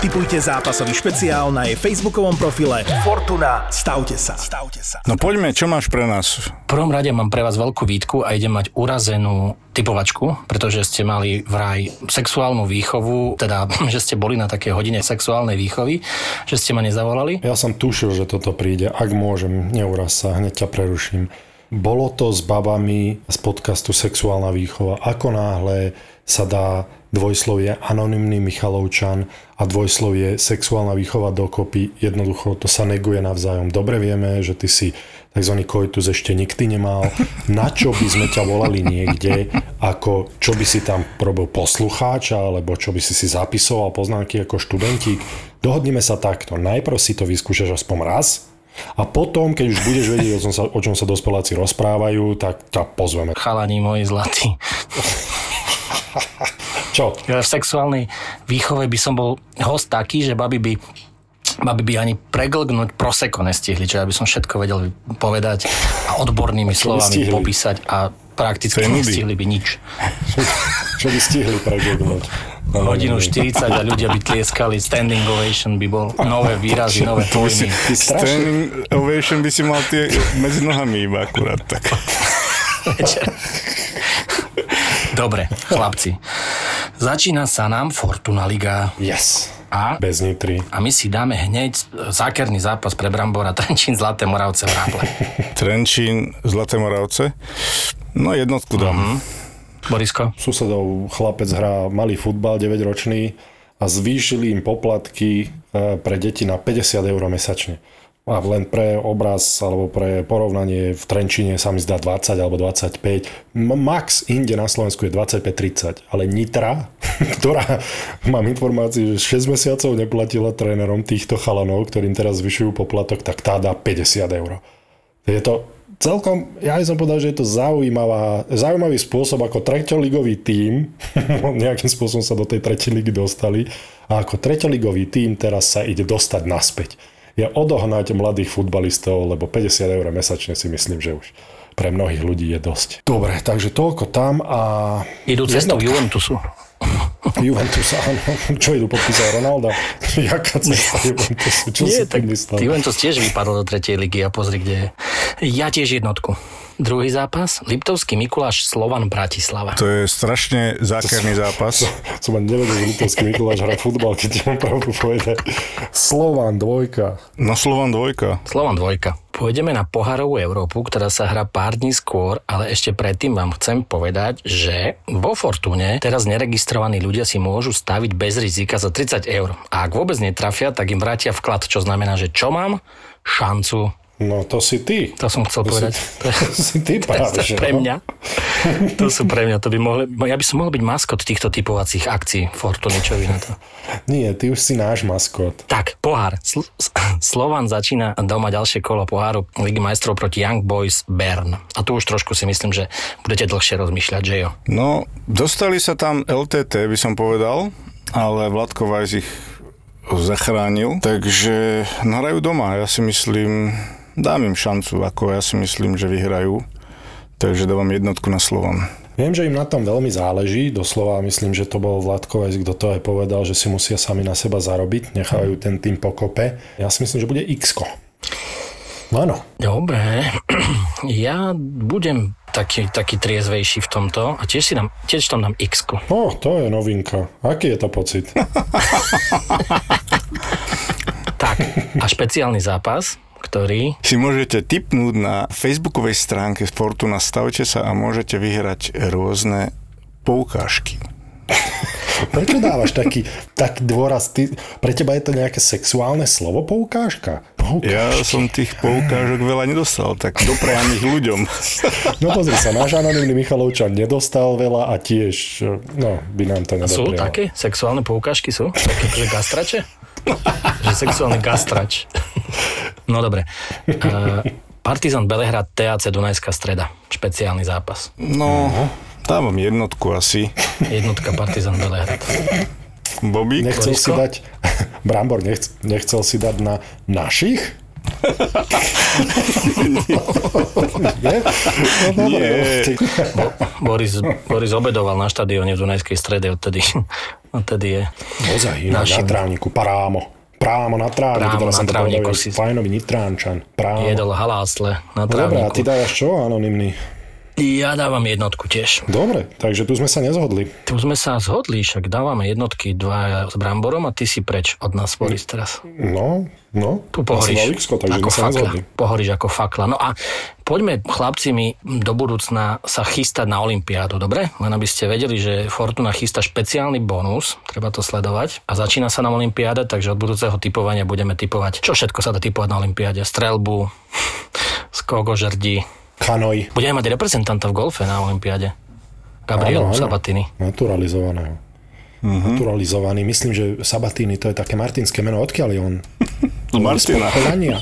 Speaker 7: Typujte zápasový špeciál na jej facebookovom profile Fortuna. Stavte sa. Stavte sa.
Speaker 11: No poďme, čo máš pre nás? V prvom rade mám pre vás veľkú výtku a idem mať urazenú typovačku, pretože ste mali vraj sexuálnu výchovu, teda že ste boli na také hodine sexuálnej výchovy, že ste ma nezavolali.
Speaker 2: Ja som tušil, že toto príde. Ak môžem, neuraz sa, hneď ťa preruším. Bolo to s babami z podcastu Sexuálna výchova. Ako náhle sa dá dvojslovie anonymný Michalovčan a dvojslovie sexuálna výchova dokopy, jednoducho to sa neguje navzájom. Dobre vieme, že ty si tzv. koitus ešte nikdy nemal. Na čo by sme ťa volali niekde, ako čo by si tam robil poslucháča, alebo čo by si si zapisoval poznámky ako študentík. Dohodnime sa takto. Najprv si to vyskúšaš aspoň raz, a potom, keď už budeš vedieť, o čom sa, o čom sa dospeláci rozprávajú, tak ťa pozveme.
Speaker 11: Chalani moji zlatí.
Speaker 2: Čo?
Speaker 11: V sexuálnej výchove by som bol host taký, že baby by baby by ani preglgnúť proseko nestihli, čiže aby som všetko vedel povedať a
Speaker 2: A
Speaker 11: odbornými
Speaker 2: čo by
Speaker 11: slovami
Speaker 2: stihli?
Speaker 11: popísať a prakticky
Speaker 2: Cenudy.
Speaker 11: nestihli by nič.
Speaker 2: Čo by stihli pregognúť?
Speaker 11: Hodinu 40 a ľudia by tlieskali, standing ovation by bol, nové výrazy, nové
Speaker 2: Ty si-
Speaker 11: pojmy.
Speaker 2: ty strašne-
Speaker 11: Standing-
Speaker 2: Standing
Speaker 4: ovation by si mal tie medzi nohami iba akurát tak.
Speaker 11: Dobre, chlapci. Začína sa nám Fortuna Liga.
Speaker 2: Yes.
Speaker 11: A?
Speaker 2: Bez nitry.
Speaker 11: A my si dáme hneď zákerný zápas pre Brambora Trenčín Zlaté Moravce v Ráble.
Speaker 4: Trenčín, Zlaté Moravce. No jednotku dám.
Speaker 11: Borisko?
Speaker 2: Susedov chlapec hrá malý futbal, 9-ročný, a zvýšili im poplatky e, pre deti na 50 eur mesačne. A len pre obraz alebo pre porovnanie v Trenčine sa mi zdá 20 alebo 25. M- max inde na Slovensku je 25-30, ale Nitra, ktorá mám informáciu, že 6 mesiacov neplatila trénerom týchto chalanov, ktorým teraz zvyšujú poplatok, tak tá dá 50 eur. Je to celkom, ja by som povedal, že je to zaujímavá, zaujímavý spôsob, ako treťoligový tím, nejakým spôsobom sa do tej tretej ligy dostali, a ako treťoligový tím teraz sa ide dostať naspäť. Je odohnať mladých futbalistov, lebo 50 eur mesačne si myslím, že už pre mnohých ľudí je dosť. Dobre, takže toľko tam a...
Speaker 11: Idú cestou
Speaker 2: Jednotka.
Speaker 11: Juventusu.
Speaker 2: Juventus, áno. Čo idú podpísať Ronalda? Jaká cesta Juventusu? Čo
Speaker 11: No. Nie,
Speaker 2: si tak myslel?
Speaker 11: Juventus tiež vypadol do tretej ligy a pozri, kde je. Ja tiež jednotku. Druhý zápas, Liptovský Mikuláš Slovan Bratislava.
Speaker 4: To je strašne zákerný zápas.
Speaker 2: Som ani nevedel, že Liptovský Mikuláš hrá futbal, keď ti mám pravdu povedať. Slován dvojka.
Speaker 4: No Slovan dvojka.
Speaker 11: Slovan dvojka. Pôjdeme na poharovú Európu, ktorá sa hrá pár dní skôr, ale ešte predtým vám chcem povedať, že vo Fortune teraz neregistrovaní ľudia si môžu staviť bez rizika za 30 eur. A ak vôbec netrafia, tak im vrátia vklad, čo znamená, že čo mám? Šancu.
Speaker 2: No to si ty.
Speaker 11: To som
Speaker 2: To
Speaker 11: chcel
Speaker 2: si-
Speaker 11: povedať.
Speaker 2: to si ty práve,
Speaker 11: To je
Speaker 2: že
Speaker 11: pre
Speaker 2: no.
Speaker 11: mňa. To sú pre mňa. To by mohli, ja by som mohol byť maskot týchto typovacích akcií Fortuny, čo vy na to.
Speaker 2: Nie, ty už si náš maskot.
Speaker 11: Tak, pohár. Sl- s- Slovan začína doma ďalšie kolo poháru Ligy majstrov proti Young Boys Bern. A tu už trošku si myslím, že budete dlhšie rozmýšľať, že jo.
Speaker 4: No, dostali sa tam LTT, by som povedal, ale Vladko Vajs ich zachránil, takže no, hrajú doma. Ja si myslím, dám im šancu, ako ja si myslím, že vyhrajú. Takže dávam jednotku na Slovan.
Speaker 2: Viem, že im na tom veľmi záleží, doslova myslím, že to bol Vládko Vajs, kto to aj povedal, že si musia sami na seba zarobiť, nechávajú ten tým pokope. Ja si myslím, že bude x No áno.
Speaker 11: Dobre, ja budem taký, taký triezvejší v tomto a tiež si dám, tiež tam dám x
Speaker 2: No, to je novinka. Aký je to pocit?
Speaker 11: Tak, A špeciálny zápas, ktorý...
Speaker 4: Si môžete tipnúť na facebookovej stránke Fortuna Stavte sa a môžete vyhrať rôzne poukážky.
Speaker 2: Prečo dávaš taký, taký dôraz? Ty, pre teba je to nejaké sexuálne slovo poukážka?
Speaker 4: Ja som tých poukážok veľa nedostal, tak doprajem ich ľuďom.
Speaker 2: No pozri sa, náš anonimný Michalovčan nedostal veľa a tiež, no, by nám to
Speaker 11: A sú
Speaker 2: nedoprialo.
Speaker 11: také? Sexuálne poukážky sú? Také, že gastrače? že sexuálny gastrač. no dobre. Uh, Partizan Belehrad, TAC Dunajská streda. Špeciálny zápas.
Speaker 4: No, dávam jednotku asi.
Speaker 11: Jednotka Partizan Belehrad.
Speaker 4: Bobík?
Speaker 2: Nechcel si dať, Brambor, nechc, nechcel si dať na našich? Nie? No, dobre, no, ty-
Speaker 11: Bo- Boris, Boris obedoval na štadióne v Dunajskej strede odtedy. Odtedy je
Speaker 2: Ozaj, inak na
Speaker 11: našim-
Speaker 2: trávniku, parámo. Prámo na trávniku,
Speaker 11: Prámo
Speaker 2: teraz
Speaker 11: na
Speaker 2: som to povedal,
Speaker 11: trávniku
Speaker 2: jak
Speaker 11: si-
Speaker 2: Fajnovi Nitránčan, prámo.
Speaker 11: jedol halásle na
Speaker 2: No Dobre, a ty
Speaker 11: trávniku.
Speaker 2: dávaš čo, anonimný?
Speaker 11: Ja dávam jednotku tiež.
Speaker 2: Dobre, takže tu sme sa nezhodli.
Speaker 11: Tu sme sa zhodli, však dávame jednotky dva s Bramborom a ty si preč od nás, Boris, teraz.
Speaker 2: No, no.
Speaker 11: Tu pohoríš.
Speaker 2: Lísko, takže
Speaker 11: ako
Speaker 2: sme sa
Speaker 11: fakla.
Speaker 2: nezhodli.
Speaker 11: Pohoríš ako fakla. No a poďme, chlapci, my do budúcna sa chystať na Olympiádu, dobre? Len aby ste vedeli, že Fortuna chystá špeciálny bonus, treba to sledovať. A začína sa nám Olympiáda, takže od budúceho typovania budeme typovať, čo všetko sa dá typovať na Olympiáde. Strelbu, skoko žrdí.
Speaker 2: Kanoj.
Speaker 11: Budeme mať reprezentanta v golfe na Olympiáde.
Speaker 2: Áno,
Speaker 11: Gabriel
Speaker 2: áno.
Speaker 11: Sabatini.
Speaker 2: Naturalizovaného. Naturalizovaný. Myslím, že Sabatini to je také martinské meno. Odkiaľ je on?
Speaker 4: No, Martina.
Speaker 2: Z Poľania.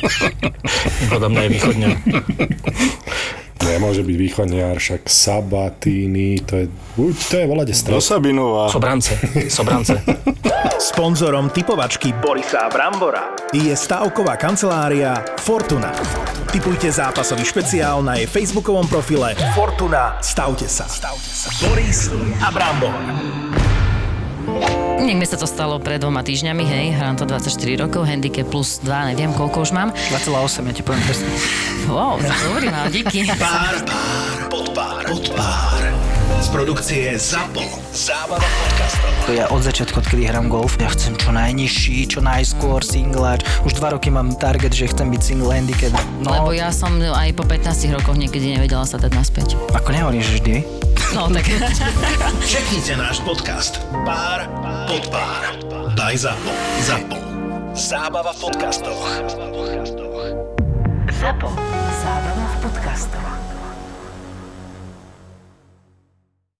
Speaker 11: Podľa mňa je východňar.
Speaker 2: Nemôže byť východniar, však Sabatini, to je, uj, to je volade
Speaker 4: Do
Speaker 2: stres.
Speaker 4: No, Sabinová.
Speaker 11: Sobrance. Sobrance.
Speaker 9: Sponzorom typovačky Borisa Brambora je stavková kancelária Fortuna. Typujte zápasový špeciál na jej facebookovom profile Fortuna. Stavte sa. Stavte sa. Boris a Brambor.
Speaker 10: Niekde sa to stalo pred dvoma týždňami, hej, hrám to 24 rokov, handicap plus 2, neviem koľko už mám.
Speaker 12: 2,8, ja ti poviem presne.
Speaker 10: Wow, dobrý mám, díky.
Speaker 9: Pár, pár, podpár, podpár. Z produkcie ZAPO. Zábava podcastov.
Speaker 12: To ja od začiatku, odkedy hrám golf, ja chcem čo najnižší, čo najskôr singláč. Už dva roky mám target, že chcem byť single handicap.
Speaker 10: No. Lebo ja som aj po 15 rokoch niekedy nevedela sa dať naspäť.
Speaker 12: Ako nehovorím, že vždy.
Speaker 10: No tak.
Speaker 9: Čeknite náš podcast Pár, podpár. Daj ZAPO. ZAPO. Zábava v podcastoch.
Speaker 7: Zábrná v podcastovách.